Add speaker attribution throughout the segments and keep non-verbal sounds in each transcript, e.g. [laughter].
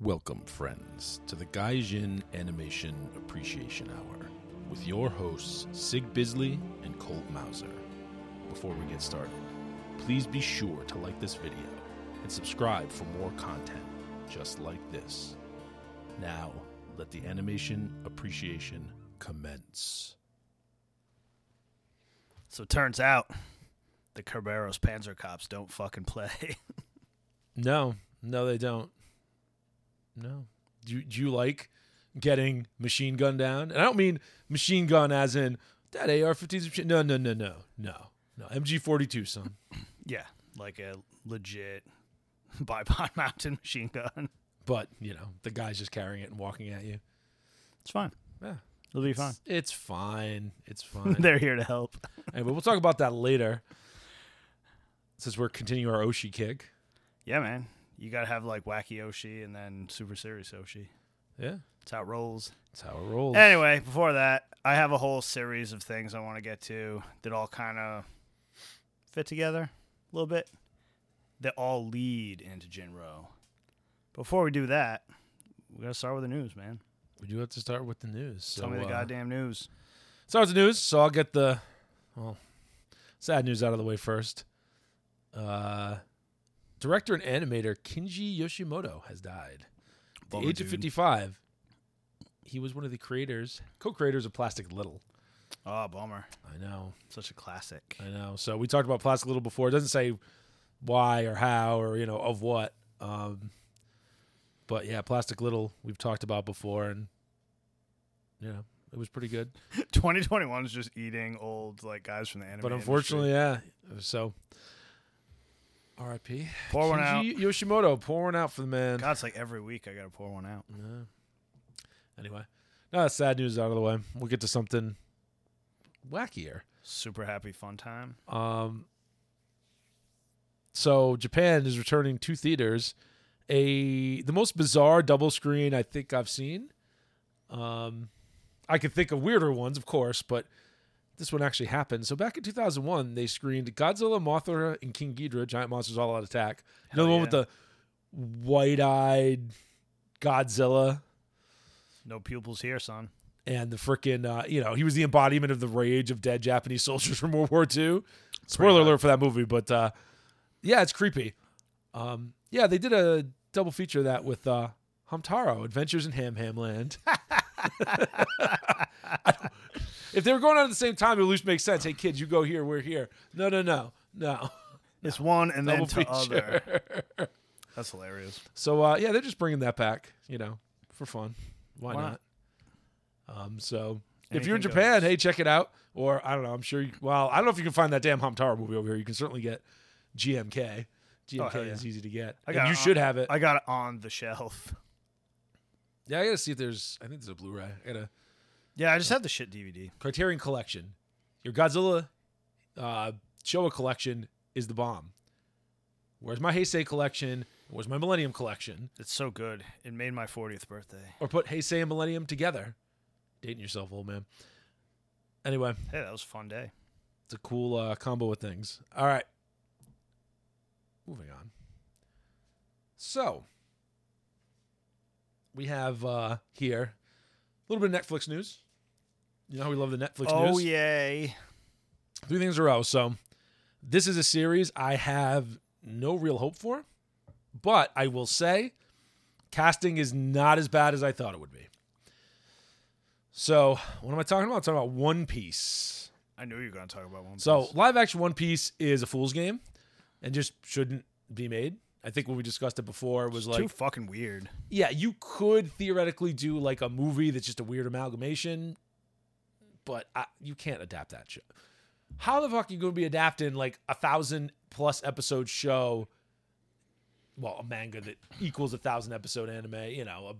Speaker 1: Welcome, friends, to the Gaijin Animation Appreciation Hour with your hosts, Sig Bisley and Colt Mauser. Before we get started, please be sure to like this video and subscribe for more content just like this. Now, let the animation appreciation commence.
Speaker 2: So it turns out the Carberos Panzer cops don't fucking play. [laughs]
Speaker 1: No, no, they don't. No. Do you, do you like getting machine gun down? And I don't mean machine gun as in that AR 15s. No, no, no, no, no, no. MG 42, son.
Speaker 2: yeah, like a legit [laughs] bipod mountain machine gun.
Speaker 1: But, you know, the guy's just carrying it and walking at you.
Speaker 2: It's fine.
Speaker 1: Yeah.
Speaker 2: It'll be fine.
Speaker 1: It's, it's fine.
Speaker 2: [laughs]
Speaker 1: It's fine.
Speaker 2: They're here to help.
Speaker 1: anyway, we'll talk about that later since we're continuing our Oshi kick.
Speaker 2: Yeah, man. You gotta have like wacky Oshi and then super serious Oshi.
Speaker 1: Yeah.
Speaker 2: That's how it rolls.
Speaker 1: That's how it rolls.
Speaker 2: Anyway, before that, I have a whole series of things I want to get to that all kind of fit together a little bit, that all lead into Jinro. Before we do that, we gotta start with the news, man.
Speaker 1: We do have to start with the news. So,
Speaker 2: Tell me the
Speaker 1: uh,
Speaker 2: goddamn news.
Speaker 1: Start with the news. So I'll get the well, sad news out of the way first. Uh, director and animator Kinji Yoshimoto has died. At the
Speaker 2: Bummer,
Speaker 1: age
Speaker 2: dude.
Speaker 1: of 55, he was one of the creators, co-creators of Plastic Little.
Speaker 2: Oh, bummer.
Speaker 1: I know,
Speaker 2: Such a classic. [laughs]
Speaker 1: I know. So we talked about Plastic Little before. It doesn't say why or how or you know of what. Um, but yeah, Plastic Little we've talked about before, and you know it was pretty good.
Speaker 2: 2021 is just eating old like guys from the anime.
Speaker 1: But unfortunately, yeah. So, R.I.P.
Speaker 2: industry. pour one out.
Speaker 1: Kinji Yoshimoto pouring out for the man.
Speaker 2: God, it's like every week I gotta pour one out.
Speaker 1: Yeah. Anyway, now that sad news out of the way, we'll get to something wackier.
Speaker 2: Super happy fun time.
Speaker 1: Um, so Japan is returning two theaters. A the most bizarre double screen I think I've seen. Um, I could think of weirder ones, of course, but this one actually happened. So back in 2001, they screened Godzilla, Mothra, and King Ghidorah, Giant Monsters All Out Attack. You know the
Speaker 2: Hell
Speaker 1: one
Speaker 2: yeah.
Speaker 1: with the white-eyed Godzilla
Speaker 2: No pupils here, son.
Speaker 1: and the frickin' uh, you know he was the embodiment of the rage of dead Japanese soldiers [laughs] from World War II. Spoiler alert for that movie, but uh, yeah, it's creepy. Um, yeah, they did a double feature of that with uh, Hamtaro Adventures in Ham Ham Land. [laughs] I don't- if they were going on at the same time, it would at least make sense. Hey kids, you go here, we're here. No, no, no, no.
Speaker 2: It's one and then
Speaker 1: Double
Speaker 2: to
Speaker 1: feature.
Speaker 2: other.
Speaker 1: [laughs]
Speaker 2: That's hilarious.
Speaker 1: So uh, yeah, they're just bringing that back, you know, for fun. Why,
Speaker 2: Why
Speaker 1: not?
Speaker 2: not?
Speaker 1: Um, so if you're in
Speaker 2: Anything
Speaker 1: Japan,
Speaker 2: goes.
Speaker 1: hey, check it out. Or I don't know. I'm sure. You, well, I don't know if you can find that damn Hamtaro movie over here. You can certainly get GMK. GMK
Speaker 2: Oh, hell
Speaker 1: is easy to get.
Speaker 2: I
Speaker 1: And
Speaker 2: got
Speaker 1: you
Speaker 2: it on-
Speaker 1: should have it.
Speaker 2: I got it on the shelf.
Speaker 1: yeah, I gotta see if there's. I think there's a Blu-ray. I got a
Speaker 2: [laughs] Yeah, I just had the shit DVD.
Speaker 1: Criterion Collection. Your Godzilla, uh, Showa Collection is the bomb. Where's my Heisei Collection? Where's my Millennium Collection?
Speaker 2: It's so good. It made my 40th birthday.
Speaker 1: Or put Heisei and Millennium together. Dating yourself, old man. Anyway,
Speaker 2: Hey, that was a fun day.
Speaker 1: it's a cool uh, combo of things. All right. Moving on. So, we have uh, here a little bit of Netflix news. You know how we love the Netflix news?
Speaker 2: Oh yay!
Speaker 1: three things in a row. So this is a series I have no real hope for, but I will say casting is not as bad as I thought it would be. So what am I talking about? I'm talking about One Piece.
Speaker 2: I knew you were gonna talk about one.
Speaker 1: So
Speaker 2: Piece.
Speaker 1: live action One Piece is a fool's game and just shouldn't be made. I think when we discussed it before, it was like
Speaker 2: too fucking weird.
Speaker 1: yeah, you could theoretically do like a movie that's just a weird amalgamation, but I, you can't adapt that show. How the fuck are you going to be adapting like a thousand plus episode show? Well, a manga that equals a thousand episode anime. You know, a,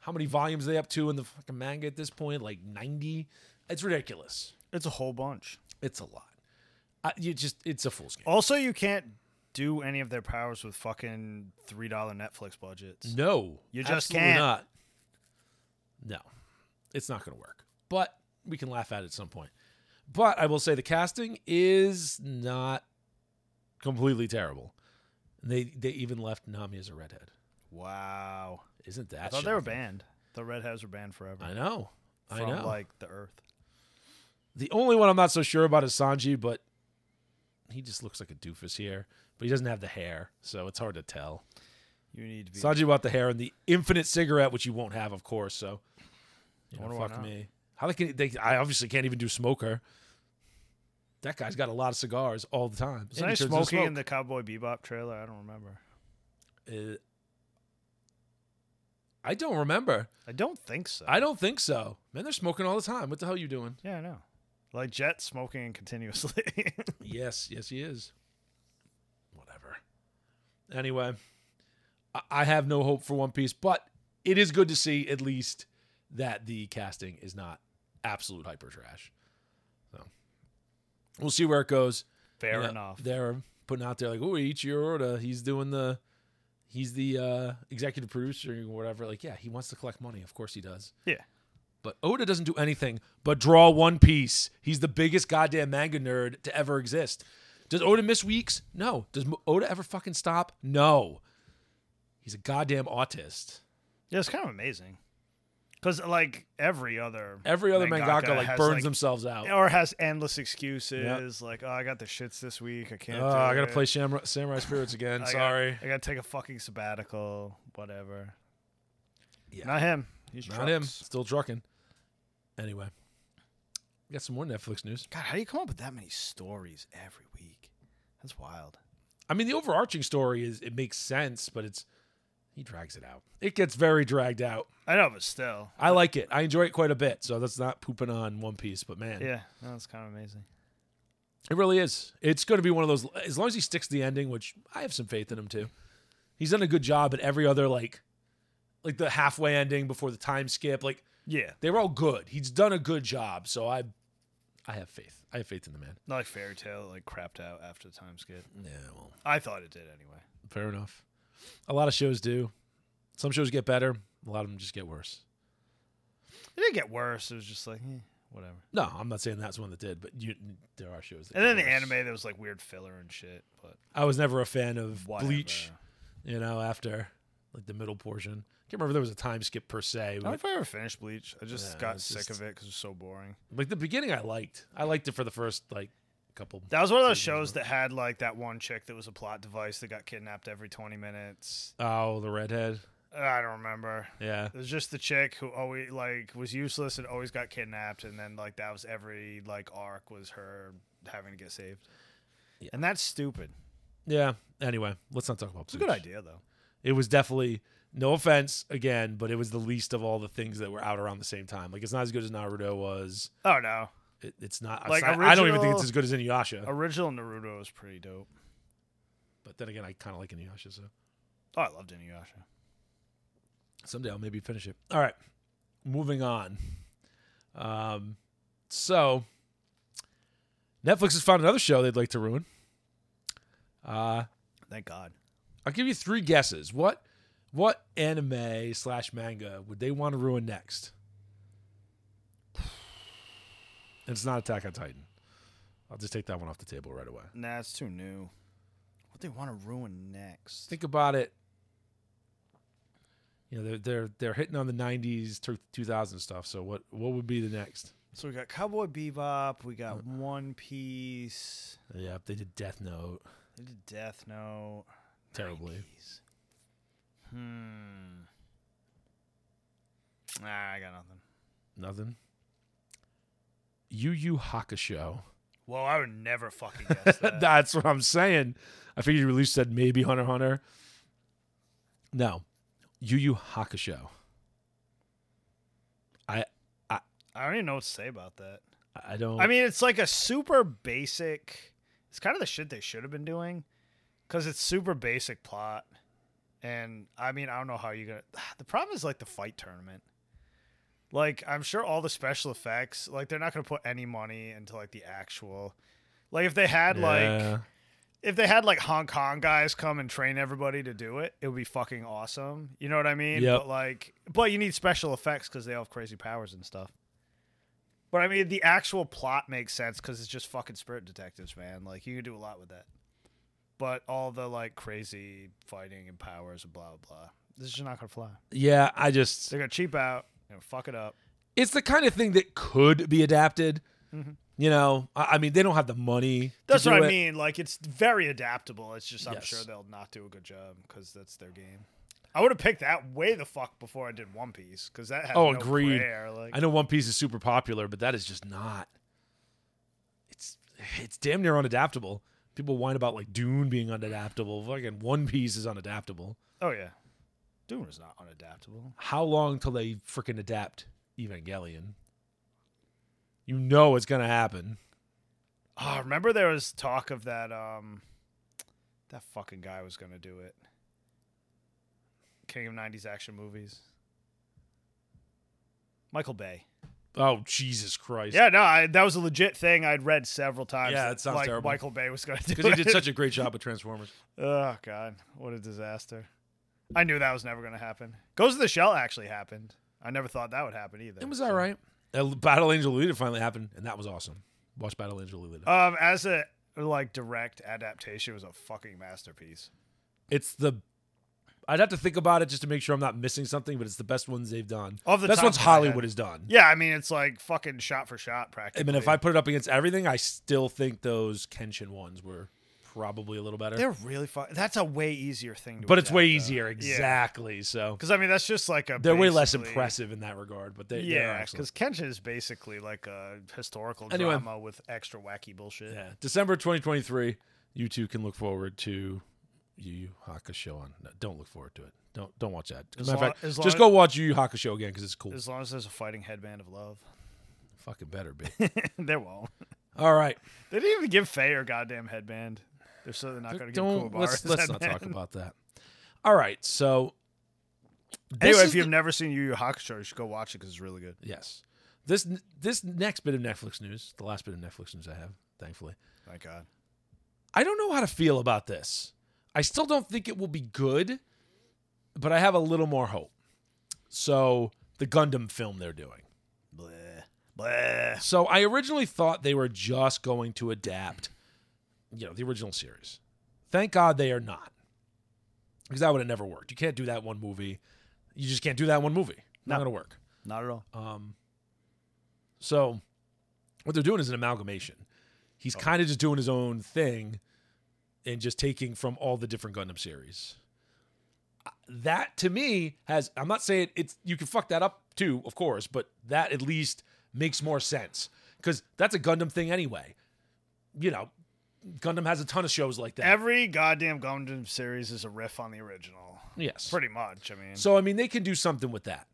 Speaker 1: how many volumes are they up to in the fucking manga at this point? Like ninety. It's ridiculous.
Speaker 2: It's a whole bunch.
Speaker 1: It's a lot. I, you just it's a fool's game.
Speaker 2: Also, you can't do any of their powers with fucking three dollar Netflix budgets.
Speaker 1: No,
Speaker 2: You just
Speaker 1: absolutely
Speaker 2: can't.
Speaker 1: Not. No, it's not going to work. But we can laugh at it at some point. But I will say the casting is not completely terrible. They they even left Nami as a redhead.
Speaker 2: Wow.
Speaker 1: Isn't that?
Speaker 2: I thought they were
Speaker 1: shocking?
Speaker 2: banned. The redheads were banned forever.
Speaker 1: I know. I
Speaker 2: from,
Speaker 1: know.
Speaker 2: Like the Earth.
Speaker 1: The only one I'm not so sure about is Sanji, but he just looks like a doofus here. But he doesn't have the hair, so it's hard to tell.
Speaker 2: You need to be.
Speaker 1: Sanji about the hair and the infinite cigarette, which you won't have, of course. So, you know,
Speaker 2: Wonder why
Speaker 1: fuck
Speaker 2: not.
Speaker 1: me. How they can? They, I obviously can't even do smoker. That guy's got a lot of cigars all the time.
Speaker 2: was
Speaker 1: And
Speaker 2: I
Speaker 1: he turns into
Speaker 2: smoking in
Speaker 1: smoke.
Speaker 2: the Cowboy Bebop trailer? I don't remember.
Speaker 1: Uh, I don't remember.
Speaker 2: I don't think so.
Speaker 1: I don't think so. Man, they're smoking all the time. What the hell are you doing?
Speaker 2: Yeah, I know. Like Jet smoking continuously. [laughs]
Speaker 1: Yes, yes, he is. Whatever. Anyway, I- I have no hope for One Piece, but it is good to see at least that the casting is not absolute hyper trash. So we'll see where it goes.
Speaker 2: Fair
Speaker 1: You know,
Speaker 2: enough.
Speaker 1: They're putting out there like, oh, Ichiro Oda, he's doing the, he's the uh, executive producer or whatever. Like, yeah, he wants to collect money. Of course he does.
Speaker 2: Yeah.
Speaker 1: But Oda doesn't do anything but draw One Piece. He's the biggest goddamn manga nerd to ever exist. Does Oda miss weeks? No. Does Mo- Oda ever fucking stop? No. He's a goddamn autist.
Speaker 2: Yeah, it's kind of amazing. Because like every other
Speaker 1: Every other mangaka, like
Speaker 2: has,
Speaker 1: burns
Speaker 2: like,
Speaker 1: themselves out.
Speaker 2: or has endless excuses like oh I got the shits this week I can't.
Speaker 1: Oh,
Speaker 2: do
Speaker 1: I gotta
Speaker 2: it.
Speaker 1: play Shamra- Samurai Spirits
Speaker 2: [laughs] I
Speaker 1: again.
Speaker 2: got-
Speaker 1: Sorry.
Speaker 2: I gotta take a fucking sabbatical. Whatever.
Speaker 1: Yeah.
Speaker 2: Not him. He's
Speaker 1: Not him.
Speaker 2: trucks.
Speaker 1: Still trucking. Anyway, we got some more Netflix news.
Speaker 2: God, how do you come up with that many stories every week? That's wild.
Speaker 1: I mean, the overarching story is it makes sense, but it's he drags it out. It gets very dragged out.
Speaker 2: I know, but still.
Speaker 1: I like it. I enjoy it quite a bit. So that's not pooping on One Piece, but man,
Speaker 2: Yeah, that's kind of amazing.
Speaker 1: it really is. It's going to be one of those. As long as he sticks to the ending, which I have some faith in him too. He's done a good job at every other like, like the halfway ending before the time skip. Like
Speaker 2: Yeah,
Speaker 1: they were all good. He's done a good job. So I, I have faith. I have faith in the man.
Speaker 2: not like fairy tale like crapped out after the time skip.
Speaker 1: Yeah, well,
Speaker 2: I thought it did anyway.
Speaker 1: Fair enough. A lot of shows do. Some shows get better. A lot of them just get worse.
Speaker 2: It didn't get worse. It was just like eh, whatever.
Speaker 1: No, I'm not saying that's one that did, but you, there are shows. That
Speaker 2: And then the
Speaker 1: get worse.
Speaker 2: anime, there was like weird filler and shit. But
Speaker 1: I was never a fan of
Speaker 2: whatever.
Speaker 1: Bleach. You know, after like the middle portion. I can't remember if there was a time skip per se.
Speaker 2: I don't
Speaker 1: But,
Speaker 2: know Oh, if I ever finished Bleach. I just
Speaker 1: Yeah,
Speaker 2: got
Speaker 1: it's
Speaker 2: sick
Speaker 1: just-
Speaker 2: of it because it was so boring.
Speaker 1: like the beginning, I liked. I liked it for the first like couple.
Speaker 2: That was one of those
Speaker 1: Season
Speaker 2: shows that had like that one chick that was a plot device that got kidnapped every twenty minutes. Uh,
Speaker 1: Oh, the redhead.
Speaker 2: I don't remember.
Speaker 1: Yeah.
Speaker 2: It was just the chick who always like was useless and always got kidnapped, and then like that was every like arc was her having to get saved.
Speaker 1: Yeah.
Speaker 2: And that's stupid.
Speaker 1: Yeah. Anyway, let's not talk about.
Speaker 2: It's a good
Speaker 1: Bleach.
Speaker 2: idea though.
Speaker 1: It was definitely no offense again, but it was the least of all the things that were out around the same time. Like it's not as good as Naruto was.
Speaker 2: Oh no, [laughs]
Speaker 1: It, it's not.
Speaker 2: Like,
Speaker 1: Like, I don't even think
Speaker 2: original-
Speaker 1: it's as good as Inuyasha.
Speaker 2: original Naruto was pretty dope.
Speaker 1: but then again, I kind of like Inuyasha, so
Speaker 2: Oh, I loved Inuyasha.
Speaker 1: someday I'll maybe finish it. All right, moving on. Um, so Netflix has found another show they'd like to ruin. Uh,
Speaker 2: Thank God.
Speaker 1: I'll give you three guesses. What what anime slash manga would they want to ruin next? And it's not Attack on Titan. I'll just take that one off the table right away.
Speaker 2: Nah, it's too new. What they want to ruin next?
Speaker 1: think about it. You know, they're they're they're hitting on the '90s, to 2000 stuff. So what what would be the next?
Speaker 2: So we got Cowboy Bebop, we got One Piece,
Speaker 1: Yeah, they did Death Note
Speaker 2: they did Death Note.
Speaker 1: terribly.
Speaker 2: 90s. Hmm. Nah, I got nothing.
Speaker 1: Nothing. Yu Yu Hakusho.
Speaker 2: [laughs] Well, I would never fucking
Speaker 1: [laughs]
Speaker 2: guess that.
Speaker 1: That's what I'm saying. I figured you at least said maybe Hunter x Hunter. No, Yu Yu Hakusho. I
Speaker 2: I don't even know what to say about that.
Speaker 1: I don't.
Speaker 2: I mean, it's like a super basic. It's kind of the shit they should have been doing, because it's super basic plot. And I mean, I don't know how you gonna. [sighs] The problem is like the fight tournament. Like I'm sure all the special effects, like they're not gonna put any money into like the actual. Like if they had like
Speaker 1: Yeah.
Speaker 2: if they had like Hong Kong guys come and train everybody to do it, it would be fucking awesome. You know what I mean?
Speaker 1: Yep.
Speaker 2: But like, but you need special effects because they all have crazy powers and stuff. But I mean, the actual plot makes sense because it's just fucking spirit detectives, man. Like you can do a lot with that. But all the like crazy fighting and powers and blah blah blah, This is just not gonna fly.
Speaker 1: Yeah, I just
Speaker 2: They're gonna cheap out and fuck it up.
Speaker 1: it's the kind of thing that could be adapted.
Speaker 2: Mhm.
Speaker 1: You know, I, I mean, they don't have the money. to
Speaker 2: That's what
Speaker 1: do
Speaker 2: I
Speaker 1: it.
Speaker 2: mean. Like it's very adaptable. It's just I'm
Speaker 1: Yes.
Speaker 2: sure they'll not do a good job because that's their game. I would have picked that way the fuck before I did One Piece because that had
Speaker 1: Oh,
Speaker 2: no
Speaker 1: agreed.
Speaker 2: prayer, Like
Speaker 1: I know One Piece is super popular, but that is just not. It's it's damn near unadaptable. People whine about like Dune being unadaptable. Fucking One Piece is unadaptable.
Speaker 2: oh yeah, Doom is not unadaptable.
Speaker 1: How long till they freaking adapt Evangelion? You know it's gonna happen.
Speaker 2: Oh, remember there was talk of that um that fucking guy was gonna do it. King of '90s action movies. Michael Bay.
Speaker 1: Oh Jesus Christ! [laughs]
Speaker 2: Yeah, no, I, that was a legit thing I'd read several times.
Speaker 1: Yeah,
Speaker 2: that,
Speaker 1: it sounds
Speaker 2: like,
Speaker 1: terrible.
Speaker 2: Michael Bay
Speaker 1: [laughs]
Speaker 2: was gonna do
Speaker 1: because he did
Speaker 2: it.
Speaker 1: such a great job with Transformers.
Speaker 2: Oh god, what a disaster! I knew that was never going to happen. Ghost of the Shell actually happened. I never thought that would happen either.
Speaker 1: It was
Speaker 2: so.
Speaker 1: all right. Uh, Battle Angel Alita finally happened, and that was awesome. Watch Battle Angel Alita.
Speaker 2: Um, as a like direct adaptation, it was a fucking masterpiece.
Speaker 1: it's the I'd have to think about it just to make sure I'm not missing something, but it's the best ones they've done.
Speaker 2: Of the
Speaker 1: best
Speaker 2: top
Speaker 1: ones
Speaker 2: of my head.
Speaker 1: Hollywood has done.
Speaker 2: Yeah, I mean it's like fucking shot for shot
Speaker 1: I
Speaker 2: practically.
Speaker 1: mean, if I put it up against everything, I still think those Kenshin ones were probably a little better.
Speaker 2: they're really fun. That's a way easier thing to.
Speaker 1: but it's way easier, exactly. So
Speaker 2: Because I mean that's just like a.
Speaker 1: they're way less
Speaker 2: basically-
Speaker 1: impressive in that regard. But they, they are
Speaker 2: Yeah,
Speaker 1: excellent.
Speaker 2: because Kenshin is basically like a historical
Speaker 1: Anyway.
Speaker 2: drama with extra wacky bullshit.
Speaker 1: yeah, December 2023, you two can look forward to Yu Yu Hakusho. On no, don't look forward to it. Don't don't watch that. As a
Speaker 2: As
Speaker 1: matter of
Speaker 2: long-
Speaker 1: fact,
Speaker 2: as long
Speaker 1: just
Speaker 2: as-
Speaker 1: go watch Yu Yu Hakusho again because it's cool.
Speaker 2: As long as there's a fighting headband of love, [laughs]
Speaker 1: Fucking better, be.
Speaker 2: there won't.
Speaker 1: All right.
Speaker 2: They didn't even give Faye her goddamn headband. They're certainly not going to give
Speaker 1: Don't-
Speaker 2: Cool
Speaker 1: let's,
Speaker 2: Bars [laughs]
Speaker 1: let's not talk about that. All right, so this
Speaker 2: Anyway,
Speaker 1: is
Speaker 2: if you've
Speaker 1: the-
Speaker 2: never seen Yu Yu Hakusho, you should go watch it because it's really good.
Speaker 1: yes, this this next bit of Netflix news, the last bit of Netflix news I have, thankfully,
Speaker 2: Thank God.
Speaker 1: I don't know how to feel about this. I still don't think it will be good, but I have a little more hope. So the Gundam film they're doing.
Speaker 2: Bleh. Bleh.
Speaker 1: So I originally thought they were just going to adapt, you know, the original series. Thank God they are not, because that would have never worked. You can't do that one movie. You just can't do that one movie. Not
Speaker 2: No.
Speaker 1: gonna work.
Speaker 2: Not at all.
Speaker 1: Um, so what they're doing is an amalgamation. He's kind of just doing his own thing and just taking from all the different Gundam series. Uh, That to me has I'm not saying it's you can fuck that up too, of course, but that at least makes more sense cuz that's a Gundam thing anyway. You know, Gundam has a ton of shows like that.
Speaker 2: Every goddamn Gundam series is a riff on the original.
Speaker 1: yes.
Speaker 2: Pretty much. I mean,
Speaker 1: So I mean, they can do something with that.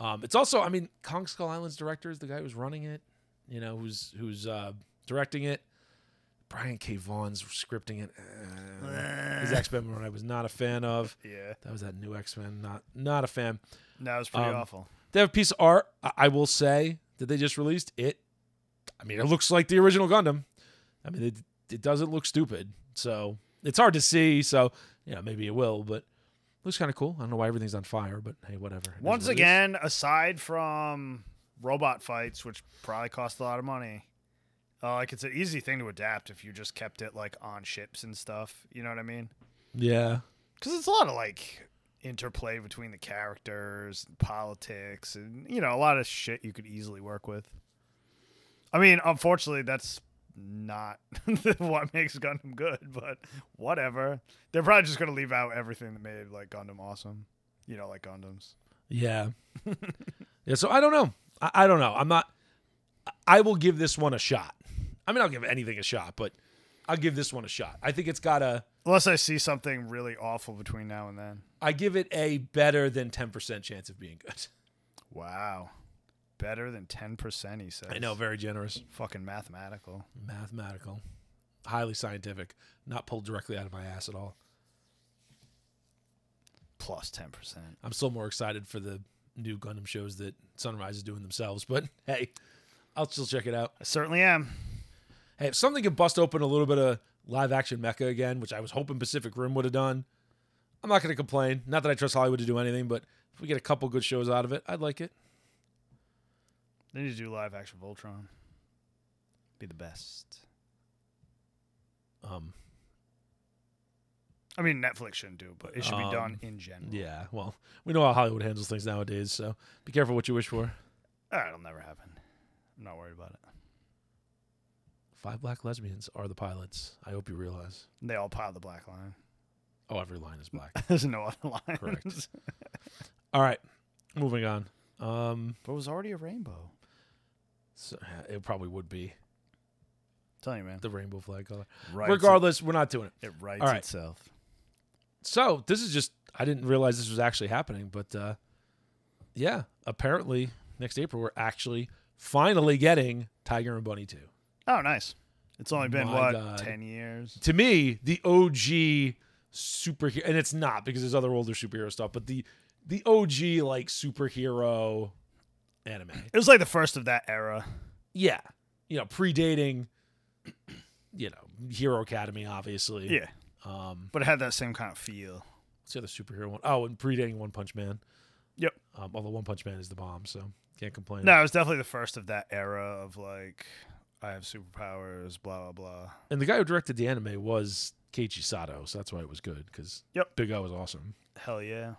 Speaker 1: Um, it's also, I mean, Kong Skull Island's director is the guy who's running it. You know, who's who's uh, directing it. Brian K. Vaughn's scripting it. Uh,
Speaker 2: [laughs]
Speaker 1: his X Men run I was not a fan of.
Speaker 2: yeah.
Speaker 1: That was that new X Men. Not not a fan.
Speaker 2: No, it's pretty
Speaker 1: Um,
Speaker 2: awful.
Speaker 1: They have a piece of art. I, I will say that they just released it. I mean, it looks like the original Gundam. I mean, it it doesn't look stupid. So it's hard to see. So yeah, maybe it will, but. Looks kind of cool. I don't know why everything's on fire, but hey, whatever. It is
Speaker 2: Once
Speaker 1: what it is.
Speaker 2: again, aside from robot fights, which probably cost a lot of money, uh, like it's an easy thing to adapt if you just kept it like on ships and stuff. You know what I mean?
Speaker 1: Yeah.
Speaker 2: because it's a lot of like interplay between the characters and politics and you know a lot of shit you could easily work with i mean unfortunately that's not [laughs] what makes gundam good but whatever they're probably just going to leave out everything that made like gundam awesome you know like gundams
Speaker 1: Yeah. [laughs] yeah. So I don't know. I, I don't know. I'm not. I will give this one a shot. I mean, I'll give anything a shot, but I'll give this one a shot. I think it's got a.
Speaker 2: unless i see something really awful between now and then
Speaker 1: I give it a better than 10% chance of being good. [laughs]
Speaker 2: wow better than 10% he says
Speaker 1: I know, very generous,
Speaker 2: fucking mathematical
Speaker 1: mathematical, highly scientific, not pulled directly out of my ass at all.
Speaker 2: plus 10%
Speaker 1: I'm still more excited for the new Gundam shows that Sunrise is doing themselves, but [laughs] hey, I'll still check it out.
Speaker 2: i certainly am
Speaker 1: Hey, if something could bust open a little bit of live action mecha again, which I was hoping Pacific Rim would have done, I'm not going to complain. Not that I trust Hollywood to do anything, but if we get a couple good shows out of it, I'd like it.
Speaker 2: They need to do live action Voltron. Be the best.
Speaker 1: Um,
Speaker 2: I mean, Netflix shouldn't do it, but it should be done
Speaker 1: Um,
Speaker 2: in general.
Speaker 1: Yeah, well, we know how Hollywood handles things nowadays, so be careful what you wish for.
Speaker 2: All right, Ah, it'll never happen. I'm not worried about it.
Speaker 1: Five black lesbians are the pilots. I hope you realize.
Speaker 2: They all pile the black line. [laughs]
Speaker 1: Oh, every line is black.
Speaker 2: There's no other line.
Speaker 1: Correct. All right, moving on. Um,
Speaker 2: [laughs] But it was already a rainbow.
Speaker 1: so, it probably would be
Speaker 2: telling you, man.
Speaker 1: the rainbow flag color.
Speaker 2: Writes
Speaker 1: Regardless, we're not doing it.
Speaker 2: it, it writes
Speaker 1: All right.
Speaker 2: itself.
Speaker 1: So this is just I didn't realize this was actually happening, but uh, yeah, apparently next April we're actually finally getting Tiger and Bunny two.
Speaker 2: Oh, nice. It's only been
Speaker 1: My
Speaker 2: what
Speaker 1: God.
Speaker 2: ten years.
Speaker 1: To me, the OG superhero, and it's not because there's other older superhero stuff, but the the OG like superhero anime.
Speaker 2: It was like the first of that era.
Speaker 1: Yeah, you know, predating, [clears throat] you know, Hero Academy, obviously.
Speaker 2: Yeah,
Speaker 1: Um,
Speaker 2: but it had that same kind of feel.
Speaker 1: what's the other superhero one? Oh, and predating One Punch Man.
Speaker 2: Yep.
Speaker 1: Um, although One Punch Man is the bomb, so can't complain.
Speaker 2: No, it was definitely the first of that era of like, I have superpowers, blah blah blah.
Speaker 1: And the guy who directed the anime was Keiichi Sato, so that's why it was good because
Speaker 2: Yep.
Speaker 1: Big O was awesome.
Speaker 2: Hell yeah.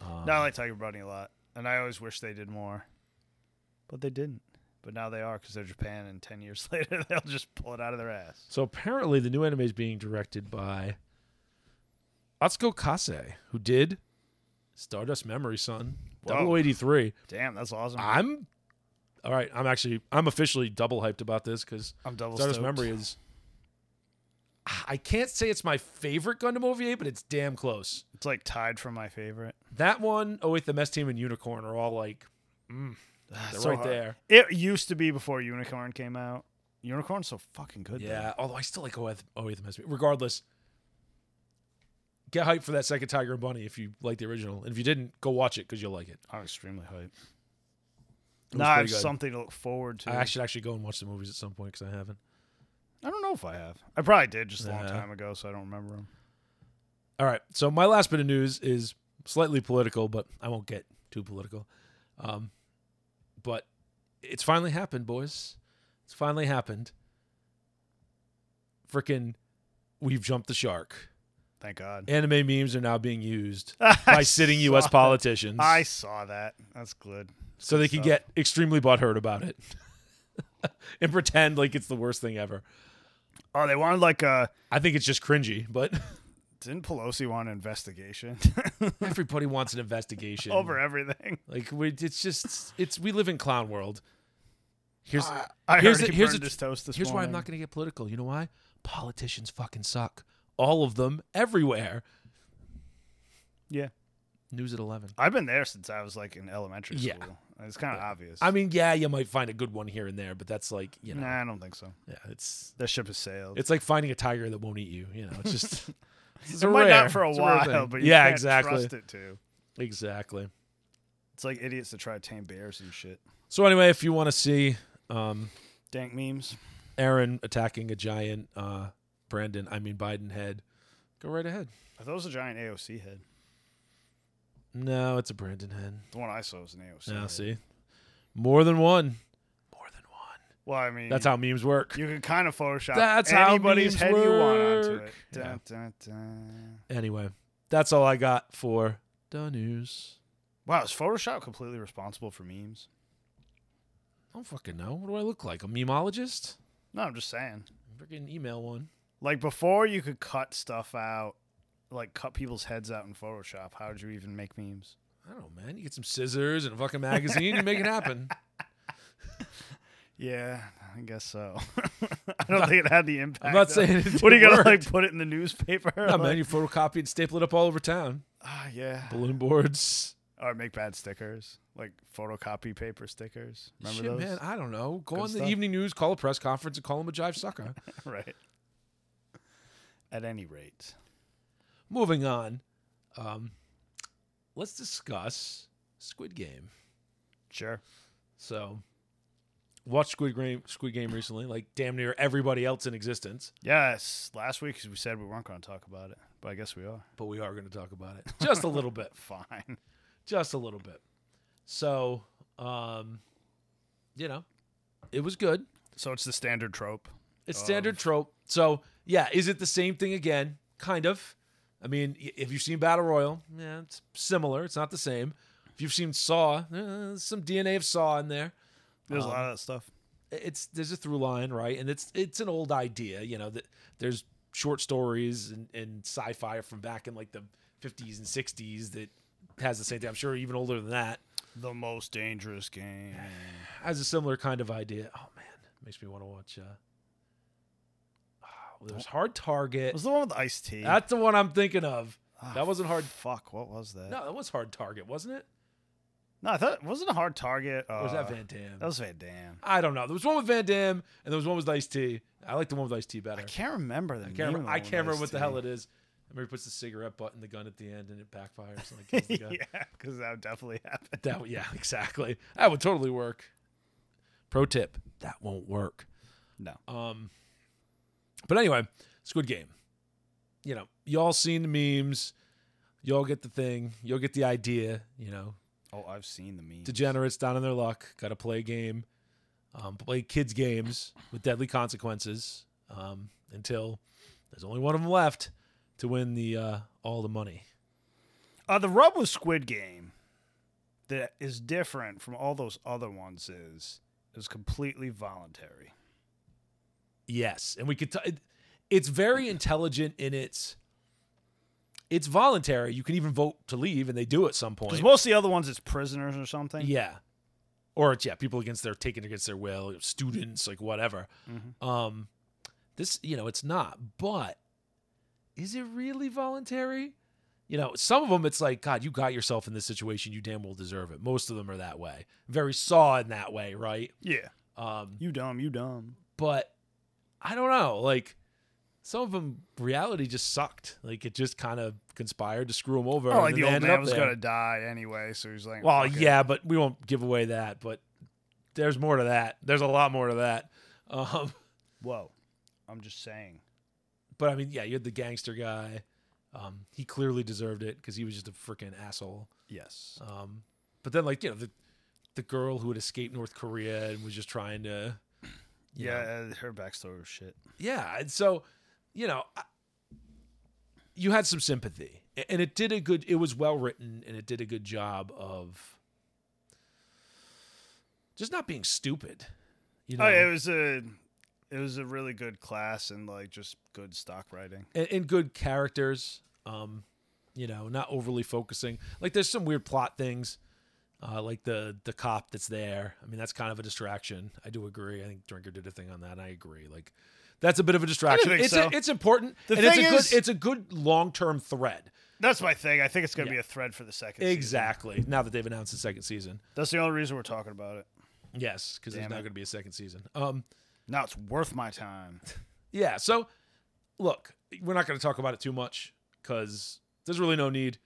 Speaker 1: Um,
Speaker 2: no, I like Tiger Bunny a lot, and I always wish they did more, but they didn't. But now they are because they're Japan, and ten years [laughs] later they'll just pull it out of their ass.
Speaker 1: so apparently, the new anime is being directed by Atsuko Kase, who did Stardust Memory, son.
Speaker 2: Whoa.
Speaker 1: 083.
Speaker 2: Damn, that's awesome.
Speaker 1: I'm all right. I'm actually I'm officially double hyped about this because
Speaker 2: I'm double
Speaker 1: Stardust
Speaker 2: stoked.
Speaker 1: Memory is. I can't say it's my favorite Gundam OVA, but it's damn close.
Speaker 2: It's like tied for my favorite. [sighs]
Speaker 1: That one, oh wait, the Mess Team and Unicorn are all like mm, they're
Speaker 2: So
Speaker 1: right
Speaker 2: hard.
Speaker 1: there.
Speaker 2: It used to be before Unicorn came out. Unicorn's so fucking good.
Speaker 1: Yeah, although I still like Oeth Oeth Mesme. Regardless, get hyped for that second Tiger and Bunny if you like the original. And if you didn't, go watch it because you'll like it.
Speaker 2: though. I'm extremely hyped.
Speaker 1: was
Speaker 2: Now I have
Speaker 1: pretty good.
Speaker 2: something to look forward to.
Speaker 1: I should actually go and watch the movies at some point because I haven't.
Speaker 2: I don't know if I have. I probably did just a long
Speaker 1: Yeah.
Speaker 2: time ago, so I don't remember them.
Speaker 1: All right, so my last bit of news is slightly political, but I won't get too political. Um, but it's finally happened, boys. It's finally happened. Frickin' we've jumped the shark.
Speaker 2: Thank God.
Speaker 1: Anime memes are now being used
Speaker 2: [laughs] I
Speaker 1: by sitting U.S.
Speaker 2: saw-
Speaker 1: politicians.
Speaker 2: I saw that. That's good.
Speaker 1: so they
Speaker 2: good
Speaker 1: can
Speaker 2: stuff.
Speaker 1: get extremely butthurt about it [laughs] and pretend like it's the worst thing ever.
Speaker 2: Oh, they wanted like a.
Speaker 1: I think it's just cringy, but [laughs]
Speaker 2: Didn't Pelosi want an investigation
Speaker 1: everybody wants an investigation
Speaker 2: over everything?
Speaker 1: Like we, it's just it's we live in clown world. Here's
Speaker 2: I, I
Speaker 1: here's
Speaker 2: heard
Speaker 1: a-
Speaker 2: he
Speaker 1: here's a-
Speaker 2: burned his toast this
Speaker 1: here's why I'm
Speaker 2: morning.
Speaker 1: not going to get political. You know why? Politicians fucking suck. All of them, everywhere.
Speaker 2: Yeah.
Speaker 1: News at eleven.
Speaker 2: I've been there since I was like in elementary
Speaker 1: Yeah.
Speaker 2: school. It's kind of obvious.
Speaker 1: I mean, yeah, you might find a good one here and there, but that's like you know,
Speaker 2: nah, I don't think so.
Speaker 1: yeah, it's
Speaker 2: That ship has sailed.
Speaker 1: it's like finding a tiger that won't eat you. You know, it's
Speaker 2: [laughs]
Speaker 1: just. it's
Speaker 2: it might not for a
Speaker 1: it's rare
Speaker 2: while,
Speaker 1: thing.
Speaker 2: but you
Speaker 1: yeah,
Speaker 2: can't
Speaker 1: exactly,
Speaker 2: trust it to.
Speaker 1: exactly.
Speaker 2: It's like idiots that try to tame bears and shit.
Speaker 1: So anyway, if you want to see um,
Speaker 2: Dank memes.
Speaker 1: Aaron attacking a giant uh, Brandon, I mean Biden head, go right ahead.
Speaker 2: I thought it was a giant AOC head.
Speaker 1: No, it's a Brandon head.
Speaker 2: The one I saw was an AOC.
Speaker 1: Now
Speaker 2: head.
Speaker 1: see, more than one. More than one.
Speaker 2: Well, I mean,
Speaker 1: That's how memes work.
Speaker 2: you can kind of Photoshop
Speaker 1: That's how
Speaker 2: anybody's
Speaker 1: memes
Speaker 2: head you want onto it.
Speaker 1: work.
Speaker 2: Dun, dun, dun.
Speaker 1: Anyway, that's all I got for the news.
Speaker 2: Wow, is Photoshop completely responsible for memes?
Speaker 1: I don't fucking know. What do I look like? A memeologist?
Speaker 2: No, I'm just saying.
Speaker 1: Freaking email one.
Speaker 2: Like before, you could cut stuff out, like cut people's heads out in Photoshop. How did you even make memes?
Speaker 1: I don't know, man. You get some scissors and a fucking magazine, you make it [laughs] happen.
Speaker 2: Yeah, I guess so. [laughs] I don't think it had the impact.
Speaker 1: I'm not
Speaker 2: though.
Speaker 1: [laughs] saying it
Speaker 2: [laughs] What are you gonna
Speaker 1: worked.
Speaker 2: like? Put it in the newspaper?
Speaker 1: No, man, [laughs]
Speaker 2: Like,
Speaker 1: you photocopy and staple it up all over town.
Speaker 2: ah, yeah.
Speaker 1: Balloon boards.
Speaker 2: Or make bad stickers, like photocopy paper stickers. Remember
Speaker 1: Shit,
Speaker 2: those?
Speaker 1: man. I don't know. Go
Speaker 2: Good
Speaker 1: on the
Speaker 2: stuff.
Speaker 1: evening news, call a press conference, and call him a jive [laughs] sucker.
Speaker 2: [laughs] right. At any rate,
Speaker 1: Moving on. Um, let's discuss Squid Game.
Speaker 2: sure.
Speaker 1: So, watched Squid Game, Squid Game recently, like damn near everybody else in existence.
Speaker 2: Yes, last week 'cause we said we weren't going to talk about it, but I guess we are. [laughs]
Speaker 1: But we are going to talk about it just a little bit, [laughs]
Speaker 2: Fine.
Speaker 1: just a little bit. So, um, you know, it was good.
Speaker 2: So it's the standard trope.
Speaker 1: It's
Speaker 2: Of-
Speaker 1: standard trope. So, yeah, is it the same thing again? Kind of. I mean, y- if you've seen Battle Royal, yeah, it's similar. It's not the same. If you've seen Saw, eh, there's some DNA of Saw in there.
Speaker 2: There's
Speaker 1: Um,
Speaker 2: a lot of that stuff.
Speaker 1: It's there's a through line, right? And it's it's an old idea, you know. That there's short stories and, and sci-fi from back in like the 50s and 60s that has the same thing. I'm sure even older than that
Speaker 2: The most
Speaker 1: [sighs]
Speaker 2: dangerous game.
Speaker 1: has a similar kind of idea. Oh man, makes me want to watch. Uh, oh, there's Hard Target.
Speaker 2: was the one with Ice T.
Speaker 1: That's the one I'm thinking of.
Speaker 2: Ah,
Speaker 1: That wasn't hard.
Speaker 2: Fuck, what was that?
Speaker 1: No, that was Hard Target, wasn't it?
Speaker 2: No, I thought wasn't a hard target. Uh,
Speaker 1: Or was that Van Damme?
Speaker 2: That was Van Damme.
Speaker 1: I don't know. There was one with Van Damme, and there was one with Ice T. I like the one with Ice T
Speaker 2: I
Speaker 1: better.
Speaker 2: can't remember the
Speaker 1: I can't,
Speaker 2: name
Speaker 1: remember, I can't remember what the hell
Speaker 2: it
Speaker 1: it is. I remember he puts the cigarette butt in the gun at the end, and it backfires. And it kills the
Speaker 2: is. [laughs]
Speaker 1: guy.
Speaker 2: yeah, because that would definitely [laughs] happen.
Speaker 1: That w- yeah, [laughs] exactly. That would totally work. Pro tip: that won't work.
Speaker 2: No.
Speaker 1: Um, but anyway, Squid Game. You know, y'all seen the memes. Y'all get the thing. Y'all get the idea. You know,
Speaker 2: Oh, I've seen the meme.
Speaker 1: degenerates down on their luck. Got to play a game, um, play kids games with deadly consequences um, until there's only one of them left to win the uh, all the money.
Speaker 2: Uh, the rub with Squid Game that is different from all those other ones is is completely voluntary.
Speaker 1: Yes, and we could. T- it- it's very intelligent in its. It's voluntary. You can even vote to leave, and they do at some
Speaker 2: Because
Speaker 1: point.
Speaker 2: most of the other ones, it's prisoners or something.
Speaker 1: Yeah, or it's yeah, people against their taken against their will, students like whatever.
Speaker 2: Mhm.
Speaker 1: Um, this you know it's not, but is it really voluntary? You know, some of them it's like God, you got yourself in this situation, you damn well deserve it. Most of them are that way, very saw in that way, right?
Speaker 2: Yeah.
Speaker 1: Um,
Speaker 2: You dumb. You dumb.
Speaker 1: but I don't know. Like some of them, reality just sucked. Like it just kind of conspired to screw them over.
Speaker 2: Oh,
Speaker 1: and
Speaker 2: like
Speaker 1: then
Speaker 2: the
Speaker 1: they
Speaker 2: old
Speaker 1: ended
Speaker 2: man
Speaker 1: up
Speaker 2: was
Speaker 1: there.
Speaker 2: gonna die anyway, so he's like,
Speaker 1: Well,
Speaker 2: fuck it.
Speaker 1: yeah, but we won't give away that. But there's more to that. There's a lot more to that. Um,
Speaker 2: Whoa. I'm just saying.
Speaker 1: but I mean, yeah, you had the gangster guy. Um, he clearly deserved it because he was just a freaking asshole.
Speaker 2: Yes.
Speaker 1: Um, but then, like you know, the the girl who had escaped North Korea and was just trying to, you know,
Speaker 2: Yeah, uh, her backstory was shit.
Speaker 1: yeah and so you know I- you had some sympathy A- and it did a good it was well written and it did a good job of just not being stupid you know
Speaker 2: Oh, yeah, it was a it was a really good class and like just good stock writing.
Speaker 1: and, and good characters um you know not overly focusing like there's some weird plot things uh, like the the cop that's there i mean that's kind of a distraction i do agree i think drinker did a thing on that and i agree like that's a bit of a distraction
Speaker 2: think
Speaker 1: it's,
Speaker 2: so.
Speaker 1: a, it's important
Speaker 2: The
Speaker 1: and it's
Speaker 2: thing
Speaker 1: a good
Speaker 2: is-
Speaker 1: it's a good long-term thread
Speaker 2: That's my thing. I think it's gonna
Speaker 1: Yeah.
Speaker 2: be a thread for the second. season.
Speaker 1: Exactly. Now that they've announced the second season,
Speaker 2: That's the only reason we're talking about it.
Speaker 1: yes, because there's
Speaker 2: Damn
Speaker 1: not
Speaker 2: it.
Speaker 1: going to be a second season. Um,
Speaker 2: Now it's worth my time.
Speaker 1: yeah. So, look, we're not going to talk about it too much because there's really no need.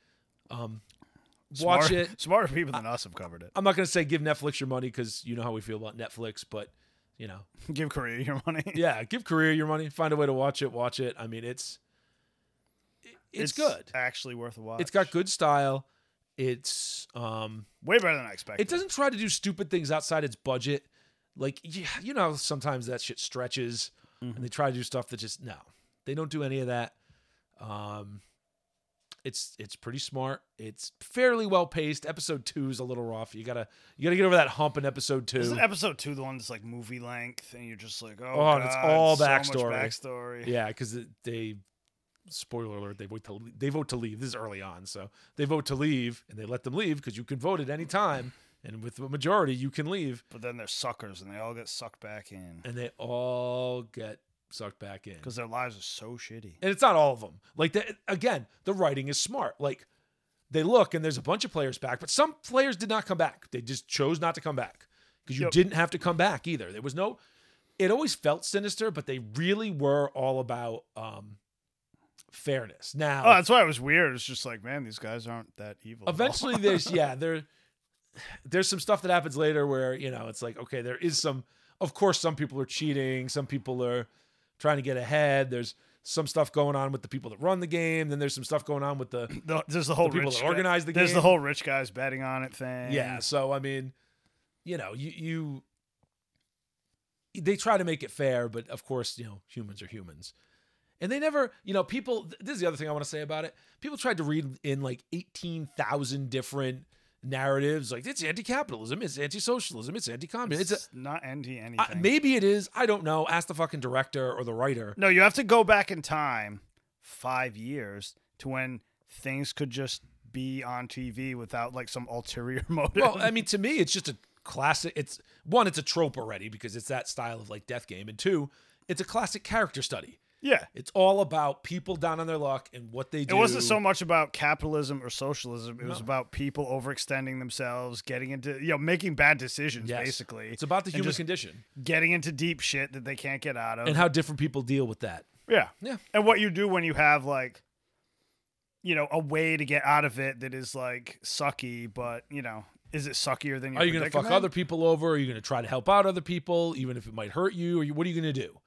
Speaker 1: Um, [laughs] watch
Speaker 2: Smart-
Speaker 1: it.
Speaker 2: Smarter people than us have covered it. [laughs]
Speaker 1: I'm not going to say give Netflix your money because you know how we feel about Netflix, but you know,
Speaker 2: Give Korea your money.
Speaker 1: yeah, give Career your money. Find a way to watch it. Watch it. I mean, it's it- it's, good.
Speaker 2: Actually worth a watch.
Speaker 1: It's got good style. It's um
Speaker 2: Way better than I expected.
Speaker 1: It doesn't try to do stupid things outside its budget. Like yeah, you know, how sometimes that shit stretches, and they try to do stuff that just no, they don't do any of that. Um, it's it's pretty smart. It's fairly well paced. Episode two is a little rough. You gotta you gotta get over that hump in episode two.
Speaker 2: Isn't episode two the one that's like movie length and you're just like, oh,
Speaker 1: Oh, and it's
Speaker 2: God,
Speaker 1: all
Speaker 2: so much
Speaker 1: backstory.
Speaker 2: backstory.
Speaker 1: yeah, because they spoiler alert they vote to le- they vote to leave. This is early on, so they vote to leave and they let them leave because you can vote at any time, and with a majority you can leave.
Speaker 2: But then they're suckers and they all get sucked back in
Speaker 1: and they all get sucked back in.
Speaker 2: because their lives are so shitty.
Speaker 1: And it's not all of them. Like the, again, the writing is smart. Like they look and there's a bunch of players back, but some players did not come back. They just chose not to come back because you
Speaker 2: Yep.
Speaker 1: didn't have to come back either. There was no. It always felt sinister, but they really were all about um, fairness. Now,
Speaker 2: Oh, that's why it was weird. It's just like, man, these guys aren't that evil. at all.
Speaker 1: eventually there's yeah there there's some stuff that happens later where you know it's like okay there is some of course some people are cheating some people are trying to get ahead there's some stuff going on with the people that run the game then there's some stuff going on with the
Speaker 2: [laughs] The- there's the whole
Speaker 1: people
Speaker 2: rich
Speaker 1: that
Speaker 2: guy-
Speaker 1: organize the
Speaker 2: There's the
Speaker 1: game.
Speaker 2: whole rich guys betting on it thing.
Speaker 1: yeah so i mean you know you you they try to make it fair but of course you know humans are humans And they never, you know, people. th- This is the other thing I want to say about it. People tried to read in like eighteen thousand different narratives. Like it's anti-capitalism, it's anti-socialism, it's anti-communism. It's a,
Speaker 2: It's not anti anything.
Speaker 1: I, maybe it is. I don't know. Ask the fucking director or the writer.
Speaker 2: No, you have to go back in time five years to when things could just be on TV without like some ulterior [laughs] motive.
Speaker 1: Well, I mean, to me, it's just a classic. It's one, it's a trope already because it's that style of like Death Game, and two, it's a classic character study.
Speaker 2: yeah.
Speaker 1: It's all about people down on their luck and what they do.
Speaker 2: It wasn't so much about capitalism or socialism. It was about people overextending themselves, getting into, you know, making bad decisions,
Speaker 1: Yes.
Speaker 2: basically.
Speaker 1: It's about the
Speaker 2: and
Speaker 1: human
Speaker 2: just
Speaker 1: condition
Speaker 2: getting into deep shit that they can't get out of.
Speaker 1: and how different people deal with that.
Speaker 2: yeah.
Speaker 1: Yeah.
Speaker 2: And what you do when you have like, you know, a way to get out of it that is like sucky, but, you know, is it suckier than your
Speaker 1: Are you going to fuck
Speaker 2: predicament?
Speaker 1: other people over? Are you going to try to help out other people, even if it might hurt you? Or you, what are you going to do?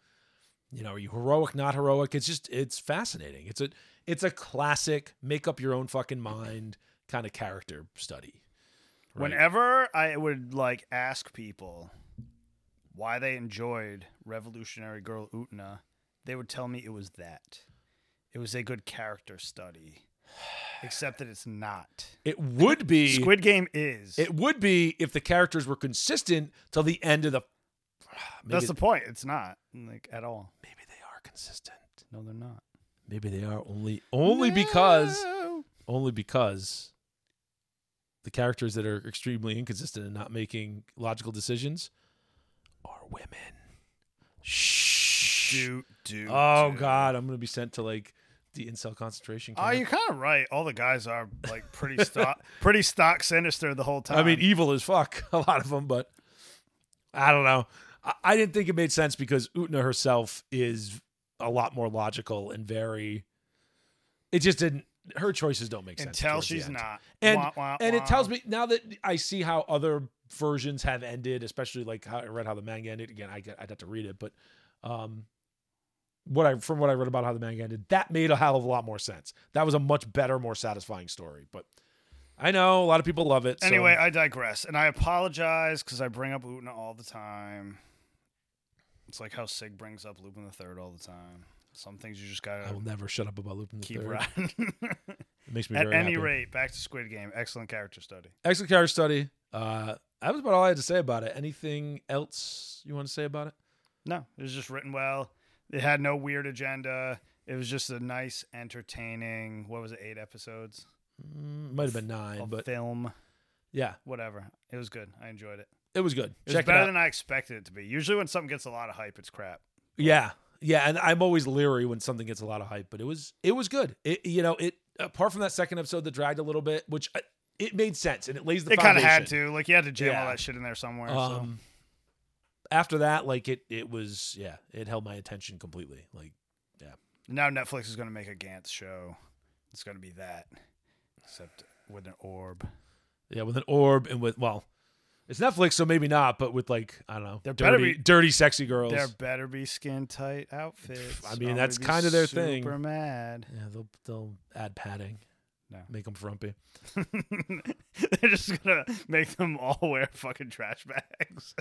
Speaker 1: You know, are you heroic, not heroic? It's just, it's fascinating. It's a, it's a classic make up your own fucking mind kind of character study. Right?
Speaker 2: Whenever I would like ask people why they enjoyed Revolutionary Girl Utna, they would tell me it was that. It was a good
Speaker 1: [sighs]
Speaker 2: character study. Except that it's not.
Speaker 1: it would be,
Speaker 2: Squid Game is.
Speaker 1: it would be if the characters were consistent till the end of the. [sighs] Maybe,
Speaker 2: That's the point. It's not. Like at all.
Speaker 1: maybe they are consistent.
Speaker 2: No, they're not.
Speaker 1: Maybe they are only, only because only because the characters that are extremely inconsistent and not making logical decisions are women. Shh.
Speaker 2: Dude, dude.
Speaker 1: Oh God, I'm gonna be sent to like the incel concentration camp.
Speaker 2: Oh, you're kind of right. All the guys are
Speaker 1: [laughs]
Speaker 2: like pretty stock, pretty stock sinister the whole time.
Speaker 1: I mean, evil as fuck. [laughs] A lot of them, but I don't know. I, I didn't think it made sense because Utna herself is a lot more logical and very. It just didn't. Her choices don't make sense
Speaker 2: until
Speaker 1: towards the
Speaker 2: she's
Speaker 1: end.
Speaker 2: not.
Speaker 1: and
Speaker 2: Wah, wah,
Speaker 1: and
Speaker 2: wah.
Speaker 1: it tells me now that I see how other versions have ended, especially like how I read how the manga ended. Again, I would have to read it, but um, what I from what I read about how the manga ended, that made a hell of a lot more sense. That was a much better, more satisfying story. But I know a lot of people love it. so-
Speaker 2: Anyway, I digress, and I apologize because I bring up Utna all the time. It's like how Sig brings up Lupin the Third all the time. Some things you just
Speaker 1: I
Speaker 2: gotta
Speaker 1: will never shut up about Lupin the
Speaker 2: keep
Speaker 1: Third.
Speaker 2: riding. [laughs]
Speaker 1: It makes me
Speaker 2: At
Speaker 1: very
Speaker 2: any
Speaker 1: happy.
Speaker 2: rate, back to Squid Game. Excellent character study.
Speaker 1: Excellent character study. Uh, that was about all I had to say about it. Anything else you want to say about it?
Speaker 2: No, it was just written well. It had no weird agenda. It was just a nice, entertaining. What was it? Eight episodes
Speaker 1: Mm, might have been nine,
Speaker 2: of
Speaker 1: but
Speaker 2: film.
Speaker 1: yeah,
Speaker 2: Whatever. It was good. I enjoyed it.
Speaker 1: it was good.
Speaker 2: It was
Speaker 1: Check it
Speaker 2: better
Speaker 1: out.
Speaker 2: than I expected it to be. Usually, when something gets a lot of hype, it's crap.
Speaker 1: Yeah, yeah, and I'm always leery when something gets a lot of hype, but it was it was good. It you know it apart from that second episode that dragged a little bit, which uh, it made sense and it lays the
Speaker 2: It kind of had
Speaker 1: foundation.
Speaker 2: to. Like you had to jam
Speaker 1: Yeah.
Speaker 2: all that shit in there somewhere. so.
Speaker 1: Um, after that, like it it was yeah, it held my attention completely. Like
Speaker 2: Now Netflix is going to make a Gantz show. It's going to be that, except with an orb.
Speaker 1: yeah, with an orb and with well, it's Netflix, so maybe not, but with like I don't know,
Speaker 2: There better
Speaker 1: dirty
Speaker 2: be-
Speaker 1: dirty sexy girls.
Speaker 2: There better be skin tight outfits.
Speaker 1: I mean,
Speaker 2: I'm
Speaker 1: that's
Speaker 2: gonna be
Speaker 1: kinda their thing.
Speaker 2: Super mad. [laughs]
Speaker 1: yeah, they'll they'll add padding.
Speaker 2: No.
Speaker 1: Make them frumpy.
Speaker 2: They're just gonna make them all wear fucking trash
Speaker 1: [laughs]
Speaker 2: bags.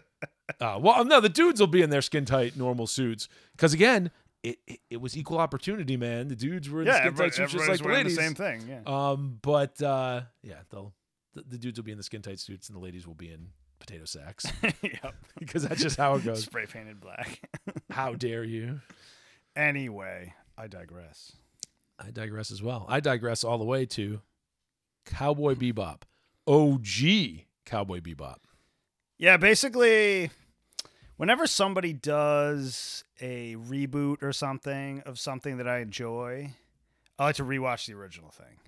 Speaker 1: Uh, well, no, the dudes will be in their skin tight normal suits because again, it, it it was equal opportunity, man. The dudes were in
Speaker 2: yeah,
Speaker 1: the skin
Speaker 2: everybody,
Speaker 1: tight suits just
Speaker 2: everybody's
Speaker 1: like the
Speaker 2: wearing
Speaker 1: ladies.
Speaker 2: the same thing. Yeah.
Speaker 1: [laughs]
Speaker 2: [laughs]
Speaker 1: Um, but uh, yeah, they'll the, the dudes will be in the skin tight suits and the ladies will be in potato
Speaker 2: [laughs]
Speaker 1: sacks
Speaker 2: yep.
Speaker 1: because that's just
Speaker 2: [laughs]
Speaker 1: how it goes.
Speaker 2: Spray painted black. [laughs]
Speaker 1: how dare you?
Speaker 2: anyway, I digress.
Speaker 1: I digress as well. I digress all the way to Cowboy Bebop, OG Cowboy Bebop.
Speaker 2: Yeah, basically, whenever somebody does a reboot or something of something that I enjoy, I like to rewatch the original thing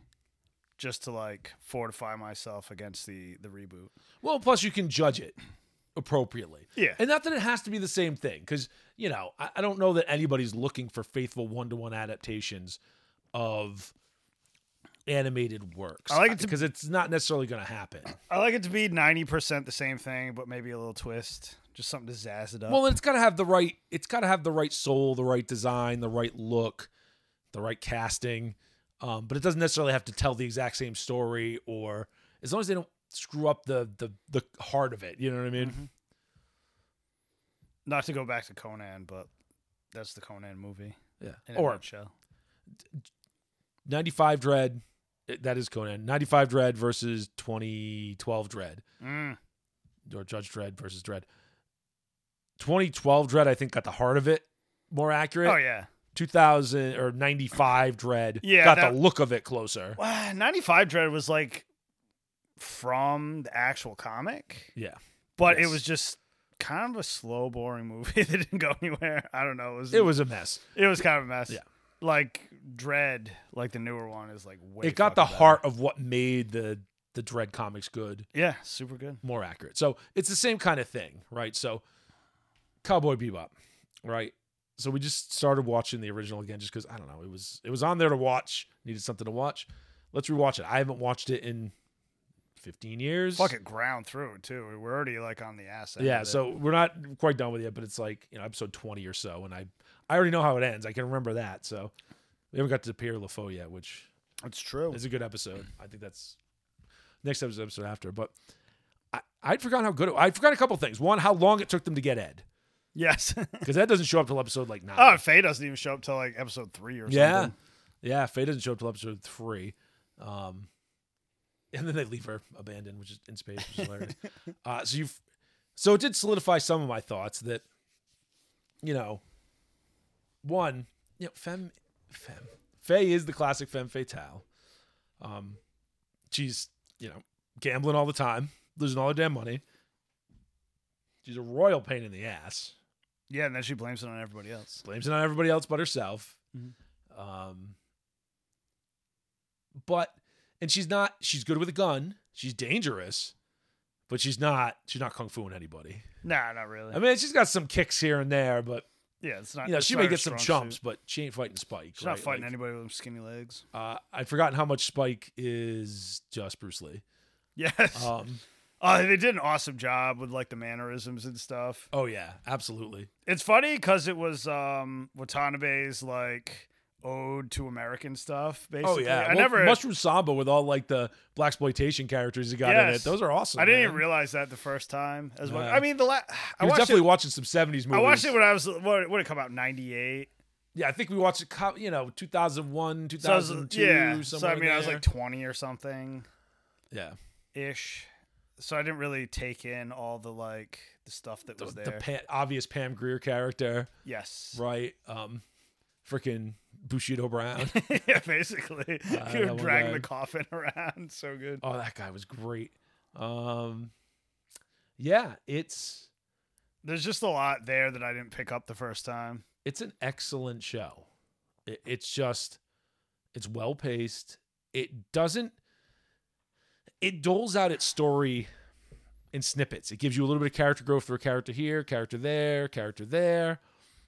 Speaker 2: just to like fortify myself against the the reboot.
Speaker 1: Well, plus you can judge it appropriately.
Speaker 2: Yeah.
Speaker 1: And not that it has to be the same thing, because, you know, I, I don't know that anybody's looking for faithful one to one adaptations of animated works.
Speaker 2: I like it to- Uh,
Speaker 1: because it's not necessarily going to happen.
Speaker 2: I like it to be 90% the same thing, but maybe a little twist, just something to zazz it up.
Speaker 1: Well, it's got to have the right. It's got to have the right soul, the right design, the right look, the right casting. Um, but it doesn't necessarily have to tell the exact same story, or as long as they don't screw up the the the heart of it. You know what I mean?
Speaker 2: Not to go back to Conan, but that's the Conan movie.
Speaker 1: Yeah.
Speaker 2: in a
Speaker 1: Or
Speaker 2: nutshell.
Speaker 1: 95 Dread. eh, That is Conan. 95 Dread versus 2012 Dread.
Speaker 2: Mm.
Speaker 1: Or Judge Dread versus Dread. 2012 Dread, I think, got the heart of it more accurate.
Speaker 2: Oh yeah.
Speaker 1: 2000 or 95 Dread
Speaker 2: Yeah,
Speaker 1: got
Speaker 2: that-
Speaker 1: the look of it closer.
Speaker 2: Wow, 95 Dread was like from the actual comic,
Speaker 1: Yeah.
Speaker 2: but
Speaker 1: Yes.
Speaker 2: it was just kind of a slow, boring movie [laughs] that didn't go anywhere. I don't know. It was
Speaker 1: It was a mess.
Speaker 2: it was kind of a mess.
Speaker 1: Yeah.
Speaker 2: Like Dread, like the newer one, is like way.
Speaker 1: it got the
Speaker 2: fucking better.
Speaker 1: heart of what made the the Dread comics good,
Speaker 2: Yeah, super good.
Speaker 1: more accurate. So it's the same kind of thing, right? So Cowboy Bebop, right? So we just started watching the original again, just because I don't know, it was it was on there to watch. Needed something to watch. Let's rewatch it. I haven't watched it in fifteen years.
Speaker 2: Fucking ground through it, too. We were already like on the ass. end
Speaker 1: Yeah,
Speaker 2: of it.
Speaker 1: so we're not quite done with it, yet, but it's like you know episode twenty or so, and I I already know how it ends. I can remember that. So we haven't got to Pierre LaFoe yet, which
Speaker 2: it's true.
Speaker 1: It's a good episode. I think that's next episode, episode after. But I, I'd forgotten how good it I forgot a couple things. One, how long it took them to get Ed.
Speaker 2: yes. [laughs]
Speaker 1: Because that doesn't show up till episode like nine.
Speaker 2: oh, Faye doesn't even show up till like episode three or
Speaker 1: yeah.
Speaker 2: something.
Speaker 1: Yeah. Faye doesn't show up till episode three. Um, and then they leave her abandoned, which is in space, which is
Speaker 2: [laughs]
Speaker 1: hilarious. uh, so you've so it did solidify some of my thoughts that, you know, one, you know, femme femme Faye is the classic femme fatale. Um, she's you know gambling all the time, losing all her damn money. She's a royal pain in the ass.
Speaker 2: Yeah, and then she blames it on everybody else.
Speaker 1: Blames it on everybody else but herself.
Speaker 2: Mhm.
Speaker 1: Um, but and she's not. She's good with a gun. She's dangerous, but she's not. She's not kung fuing anybody.
Speaker 2: Nah, not really.
Speaker 1: I mean, she's got some kicks here and there, but
Speaker 2: yeah, it's not.
Speaker 1: you know,
Speaker 2: it's
Speaker 1: she
Speaker 2: not
Speaker 1: may
Speaker 2: her
Speaker 1: get some
Speaker 2: strong
Speaker 1: chumps,
Speaker 2: suit.
Speaker 1: but she ain't fighting Spike.
Speaker 2: She's
Speaker 1: right?
Speaker 2: not fighting
Speaker 1: Like,
Speaker 2: anybody with skinny legs. [laughs]
Speaker 1: Uh, I'd forgotten how much Spike is just Bruce Lee.
Speaker 2: Yes. Oh,
Speaker 1: Um,
Speaker 2: they did an awesome job with like the mannerisms and stuff.
Speaker 1: oh yeah, absolutely.
Speaker 2: It's funny because it was um Watanabe's like ode to American stuff. Basically,
Speaker 1: Oh yeah,
Speaker 2: I
Speaker 1: Well,
Speaker 2: never.
Speaker 1: Mushroom Samba with all like the black exploitation characters he got in it.
Speaker 2: Yes.
Speaker 1: Those are awesome.
Speaker 2: I didn't even
Speaker 1: man.
Speaker 2: realize that the first time as well.
Speaker 1: Yeah.
Speaker 2: I mean, the last I
Speaker 1: You're
Speaker 2: watched
Speaker 1: definitely
Speaker 2: it.
Speaker 1: watching some '70s movies.
Speaker 2: I watched it when I was what would it come out ninety eight.
Speaker 1: Yeah, I think we watched it, co- you know, 2001,
Speaker 2: So I was,
Speaker 1: 2002.
Speaker 2: yeah. So
Speaker 1: somewhere
Speaker 2: I mean, I was
Speaker 1: there.
Speaker 2: like twenty or something
Speaker 1: yeah,
Speaker 2: ish. So I didn't really take in all the like the stuff that
Speaker 1: the,
Speaker 2: was
Speaker 1: the
Speaker 2: there.
Speaker 1: Pa- obvious Pam Greer character,
Speaker 2: yes.
Speaker 1: right? Um, freaking Bushido Brown.
Speaker 2: [laughs]
Speaker 1: [laughs]
Speaker 2: yeah,
Speaker 1: Uh,
Speaker 2: basically. [laughs] you
Speaker 1: that
Speaker 2: were
Speaker 1: one
Speaker 2: dragging
Speaker 1: guy.
Speaker 2: the coffin [laughs] around. So good.
Speaker 1: oh, that guy was great. Um, yeah, it's
Speaker 2: There's just a lot there that I didn't pick up the first time.
Speaker 1: it's an excellent show. It, it's just it's well paced. It doesn't it doles out its story in snippets. It gives you a little bit of character growth through a character here, character there, character there,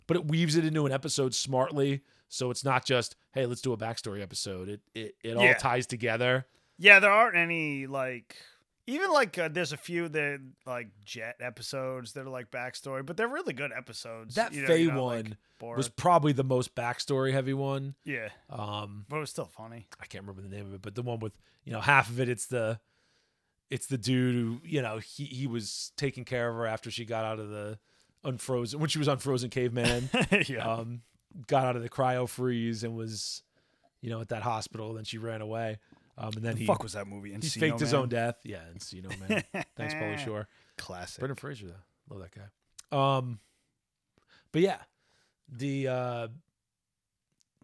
Speaker 1: but it weaves it into an episode smartly. So it's not just hey, let's do a backstory episode. It it, it all
Speaker 2: Yeah.
Speaker 1: ties together.
Speaker 2: Yeah, there aren't any like even like uh, there's a few that like jet episodes that are like backstory, but they're really good episodes.
Speaker 1: That
Speaker 2: you know,
Speaker 1: Faye
Speaker 2: you're not, like,
Speaker 1: one
Speaker 2: bored.
Speaker 1: was probably the most backstory heavy one.
Speaker 2: yeah,
Speaker 1: Um,
Speaker 2: but it was still funny. [laughs]
Speaker 1: I can't remember the name of it, but the one with you know half of it, it's the it's the dude who you know he he was taking care of her after she got out of the unfrozen when she was unfrozen caveman,
Speaker 2: [laughs] yeah,
Speaker 1: um, got out of the cryo freeze and was you know at that hospital. Then she ran away, um, and then he
Speaker 2: fuck was that movie?
Speaker 1: he
Speaker 2: Encino
Speaker 1: faked his
Speaker 2: Man? [laughs]
Speaker 1: own death. Yeah, and you know man, thanks Pauly Shore,
Speaker 2: Classic.
Speaker 1: Brendan Fraser though, love that guy. Um, but yeah, the uh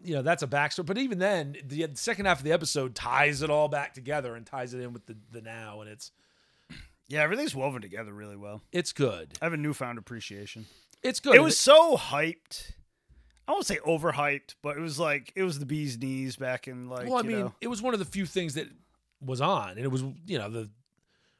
Speaker 1: you know that's a backstory but even then the second half of the episode ties it all back together and ties it in with the, the now and it's
Speaker 2: yeah, everything's woven together really well.
Speaker 1: it's good
Speaker 2: I have a newfound appreciation.
Speaker 1: it's good
Speaker 2: It was so hyped. I won't say overhyped, but it was like it was the bee's knees back in like.
Speaker 1: well i
Speaker 2: you
Speaker 1: mean
Speaker 2: know-
Speaker 1: it was one of the few things that was on and it was you know the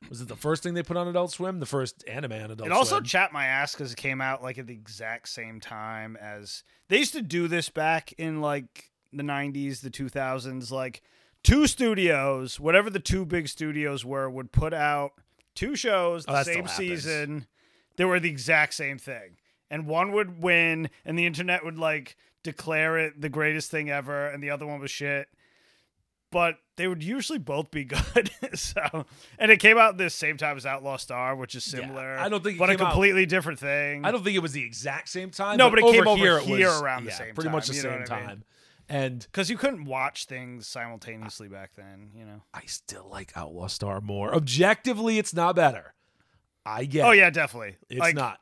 Speaker 1: was it the first thing they put on adult swim the first anime on adult
Speaker 2: It also
Speaker 1: swim
Speaker 2: chapped my ass because it came out like at the exact same time as they used to do this back in like the '90s, the 2000s. Like two studios, whatever the two big studios were, would put out two shows
Speaker 1: Oh,
Speaker 2: the
Speaker 1: that still
Speaker 2: same
Speaker 1: happens.
Speaker 2: season. They were the exact same thing, and one would win, and the internet would like declare it the greatest thing ever, and the other one was shit. but they would usually both be good. [laughs] so, and it came out the same time as Outlaw Star, which is
Speaker 1: Yeah,
Speaker 2: similar.
Speaker 1: I don't think it
Speaker 2: but
Speaker 1: came
Speaker 2: a
Speaker 1: out-
Speaker 2: completely different thing.
Speaker 1: I don't think it was the exact same time.
Speaker 2: No, but it came
Speaker 1: over
Speaker 2: over
Speaker 1: here, it
Speaker 2: here
Speaker 1: was-
Speaker 2: around the
Speaker 1: yeah,
Speaker 2: same
Speaker 1: pretty much the
Speaker 2: time, you know
Speaker 1: same
Speaker 2: what I mean?
Speaker 1: time. And
Speaker 2: because you couldn't watch things simultaneously back then. You know.
Speaker 1: I still like Outlaw Star more. Objectively, it's not better. I get.
Speaker 2: Oh
Speaker 1: it.
Speaker 2: yeah, definitely.
Speaker 1: it's
Speaker 2: like,
Speaker 1: not.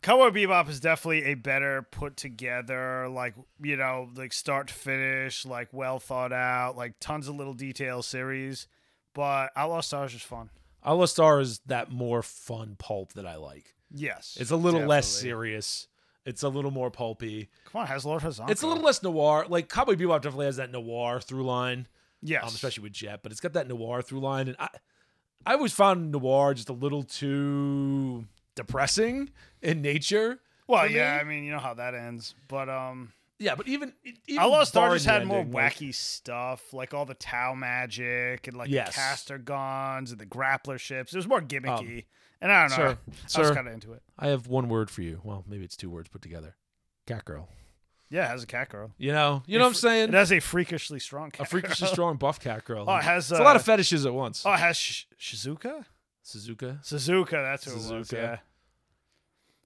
Speaker 2: Cowboy Bebop is definitely a better put together, like you know, like start to finish, like well thought out, like tons of little detail series. But Outlaw Star is just fun.
Speaker 1: Outlaw Star is that more fun pulp that I like.
Speaker 2: Yes,
Speaker 1: It's a little less
Speaker 2: definitely.
Speaker 1: serious. It's a little more pulpy.
Speaker 2: Come on, has Lord Hazan.
Speaker 1: It's a little less noir. Like Cowboy Bebop definitely has that noir through line,
Speaker 2: yes,
Speaker 1: um, especially with Jet. But it's got that noir through line, and I, I always found noir just a little too depressing in nature.
Speaker 2: Well,
Speaker 1: for me.
Speaker 2: yeah, I mean, you know how that ends. But um,
Speaker 1: Yeah, but even, e-, even
Speaker 2: Outlaw Star
Speaker 1: barring
Speaker 2: just
Speaker 1: the
Speaker 2: had more
Speaker 1: ending, like-
Speaker 2: wacky stuff, like all the Tau magic and like
Speaker 1: Yes.
Speaker 2: the caster guns and the grappler ships. It was more gimmicky, and I don't know.
Speaker 1: Um, Sir,
Speaker 2: I was
Speaker 1: sir,
Speaker 2: kind of into it.
Speaker 1: I have one word for you. Well, maybe it's two words put together. Cat girl.
Speaker 2: Yeah, it has a cat girl.
Speaker 1: You know, you know what I'm saying?
Speaker 2: It has a freakishly strong
Speaker 1: A
Speaker 2: cat.
Speaker 1: freakishly
Speaker 2: girl.
Speaker 1: strong buff cat girl.
Speaker 2: Oh, it has
Speaker 1: it's a lot
Speaker 2: uh,
Speaker 1: of fetishes at once.
Speaker 2: Oh, it has Sh- Shizuka? [laughs]
Speaker 1: Suzuka.
Speaker 2: Suzuka, that's who it was.
Speaker 1: Suzuka.
Speaker 2: Yeah.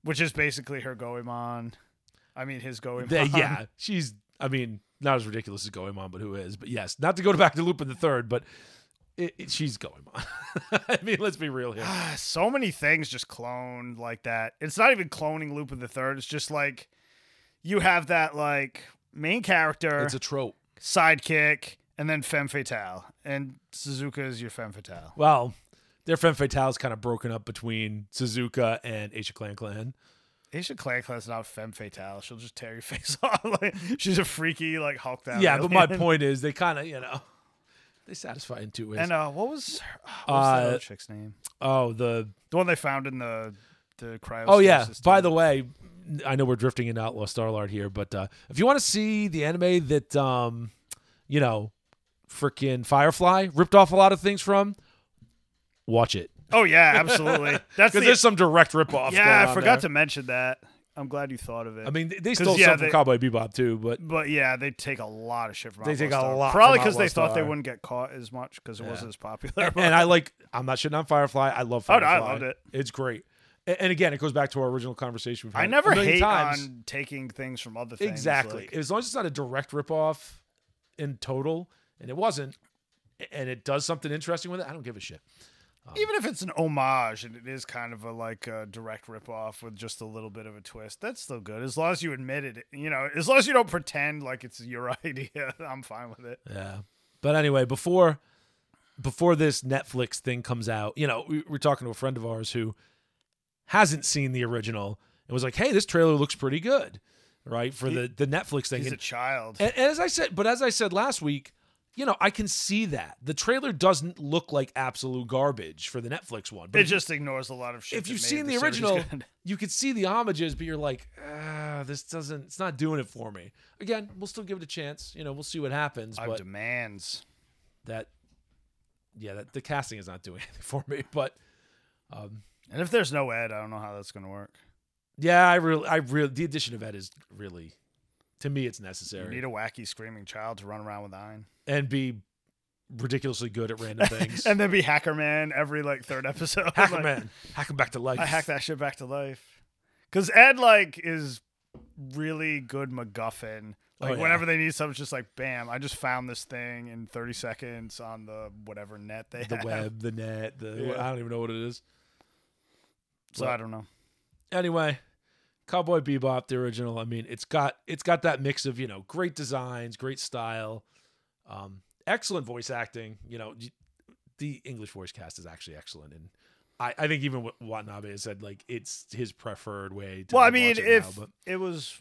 Speaker 2: Which is basically her Goemon. I mean, his Goemon.
Speaker 1: They- yeah, she's. I mean, not as ridiculous as Goemon, but who is? But yes, not to go back to Lupin the Third, but it, it, she's Goemon. [laughs] I mean, let's be
Speaker 2: [sighs]
Speaker 1: real here.
Speaker 2: [laughs] so many things just cloned like that. It's not even cloning Lupin the Third. It's just like you have that like main character,
Speaker 1: It's a trope.
Speaker 2: sidekick, and then femme fatale, and Suzuka is your femme fatale.
Speaker 1: Well, their femme fatale is kind of broken up between Suzuka and Aisha Clan Clan.
Speaker 2: Asia Clan Clan's not femme fatale. She'll just tear your [laughs] face off. like, she's a freaky like Hulk. Down
Speaker 1: Yeah, but my
Speaker 2: alien.
Speaker 1: point is, they kind of, you know, they satisfy in two ways.
Speaker 2: And uh, what was her, what was that
Speaker 1: Uh,
Speaker 2: other chick's name?
Speaker 1: oh, the
Speaker 2: The one they found in the the cryo.
Speaker 1: Oh yeah. By the way, I know we're drifting into Outlaw Starlord here, but uh, if you want to see the anime that um, you know, freaking Firefly ripped off a lot of things from, watch it
Speaker 2: Oh yeah,
Speaker 1: [laughs]
Speaker 2: absolutely. That's
Speaker 1: because
Speaker 2: the,
Speaker 1: there's some direct ripoffs.
Speaker 2: yeah. I forgot to mention that. I'm glad you thought of it.
Speaker 1: I mean, they- they
Speaker 2: 'Cause,
Speaker 1: stole
Speaker 2: yeah,
Speaker 1: some from
Speaker 2: they-
Speaker 1: Cowboy Bebop too,
Speaker 2: [laughs]
Speaker 1: but
Speaker 2: but yeah, they take a lot of shit from.
Speaker 1: They
Speaker 2: Outlaw
Speaker 1: take a
Speaker 2: Star.
Speaker 1: lot
Speaker 2: Probably
Speaker 1: from
Speaker 2: because they
Speaker 1: Outlaw
Speaker 2: thought they
Speaker 1: Star.
Speaker 2: wouldn't get caught as much because it
Speaker 1: [laughs]
Speaker 2: wasn't as popular.
Speaker 1: and I like. I'm not shitting on Firefly. I love
Speaker 2: Oh, no, I
Speaker 1: Firefly.
Speaker 2: loved it.
Speaker 1: It's great. A- And again, it goes back to our original conversation. We've had
Speaker 2: I
Speaker 1: a
Speaker 2: never
Speaker 1: million
Speaker 2: hate
Speaker 1: times.
Speaker 2: on taking things from other things.
Speaker 1: Exactly.
Speaker 2: like-
Speaker 1: as long as it's not a direct ripoff in total, and it wasn't, and it does something interesting with it, I don't give a shit.
Speaker 2: even if it's an homage and it is kind of a like a direct ripoff with just a little bit of a twist, that's still good as long as you admit it. You know, as long as you don't pretend like it's your [laughs] idea, I'm fine with it.
Speaker 1: Yeah. But anyway, before before this Netflix thing comes out, you know, we were talking to a friend of ours who hasn't seen the original and was like, "Hey, this trailer looks pretty good." Right? For the the Netflix thing.
Speaker 2: He's a
Speaker 1: And-
Speaker 2: child.
Speaker 1: And, and as I said, but as I said last week, you know, I can see that. The trailer doesn't look like absolute garbage for the Netflix one. But
Speaker 2: It
Speaker 1: if you-
Speaker 2: just ignores a lot of shit.
Speaker 1: if
Speaker 2: that
Speaker 1: you've
Speaker 2: made
Speaker 1: seen the,
Speaker 2: series [laughs]
Speaker 1: original,
Speaker 2: good.
Speaker 1: you could see the homages, but you're like, ah, this doesn't, it's not doing it for me. Again, we'll still give it a chance. You know, we'll see what happens.
Speaker 2: I have
Speaker 1: but
Speaker 2: demands.
Speaker 1: that, yeah, that the casting is not doing [laughs] anything for me. But um,
Speaker 2: And if there's no Ed, I don't know how that's gonna work.
Speaker 1: yeah, I really, I really, the addition of Ed is really, to me, it's
Speaker 2: You
Speaker 1: necessary
Speaker 2: need a wacky screaming child to run around with Ein.
Speaker 1: and be ridiculously good at random things.
Speaker 2: [laughs] and then be Hackerman every like third episode. [laughs]
Speaker 1: hack him,
Speaker 2: Like,
Speaker 1: man, hack him back to life.
Speaker 2: I hack that shit back to life. Cause Ed like is really good MacGuffin.
Speaker 1: Oh,
Speaker 2: Like
Speaker 1: yeah.
Speaker 2: whenever they need something, it's just like bam, I just found this thing in 30 seconds on the whatever net they [laughs]
Speaker 1: The
Speaker 2: have.
Speaker 1: web, the net, the
Speaker 2: Yeah.
Speaker 1: I don't even know what it is.
Speaker 2: So I don't know.
Speaker 1: anyway, Cowboy Bebop, the original. I mean, it's got it's got that mix of you know great designs, great style, um, excellent voice acting. You know, y- the English voice cast is actually excellent, and I, I think even what Watanabe has said, like it's his preferred way. to
Speaker 2: Well, I
Speaker 1: watch
Speaker 2: mean,
Speaker 1: it now,
Speaker 2: if
Speaker 1: but
Speaker 2: it was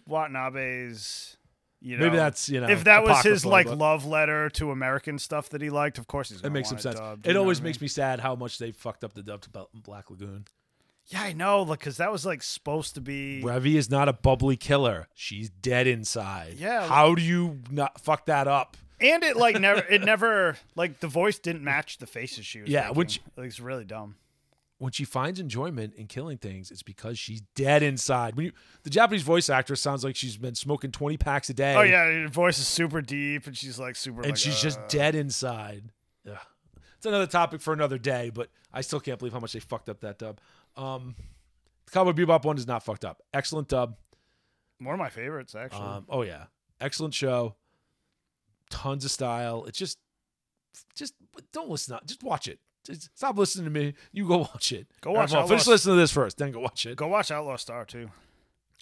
Speaker 2: Watanabe's, you know,
Speaker 1: maybe that's you know
Speaker 2: if that was his
Speaker 1: apocryphal,
Speaker 2: like
Speaker 1: but
Speaker 2: love letter to American stuff that he liked, of course he's.
Speaker 1: It
Speaker 2: gonna
Speaker 1: makes some
Speaker 2: want
Speaker 1: sense.
Speaker 2: dubbed, you
Speaker 1: it
Speaker 2: know
Speaker 1: always
Speaker 2: what I
Speaker 1: makes
Speaker 2: mean?
Speaker 1: me sad how much they fucked up the dub to Bel- Black Lagoon.
Speaker 2: Yeah, I know, like, cause that was like supposed to be.
Speaker 1: Revy is not a bubbly killer. She's dead inside.
Speaker 2: Yeah.
Speaker 1: How do you not fuck that up?
Speaker 2: and it like never, it never like the voice didn't match the faces she was.
Speaker 1: Yeah,
Speaker 2: making.
Speaker 1: which-
Speaker 2: like, it's really dumb.
Speaker 1: when she finds enjoyment in killing things, it's because she's dead inside. When you, the Japanese voice actress sounds like she's been smoking twenty packs a day.
Speaker 2: Oh yeah, her voice is super deep, and she's like super.
Speaker 1: and
Speaker 2: like,
Speaker 1: she's
Speaker 2: uh,
Speaker 1: just dead inside. Ugh. It's another topic for another day, but I still can't believe how much they fucked up that dub. Um, the Cowboy Bebop one is not fucked up. Excellent dub.
Speaker 2: One of my favorites, actually.
Speaker 1: Um, oh yeah, excellent show. Tons of style. It's just, just don't listen. Up. Just watch it. Just stop listening to me. You go [laughs] watch it.
Speaker 2: Go watch
Speaker 1: Well,
Speaker 2: Outlaw
Speaker 1: finish
Speaker 2: S-
Speaker 1: listening to this first, then go watch it.
Speaker 2: Go watch Outlaw Star too.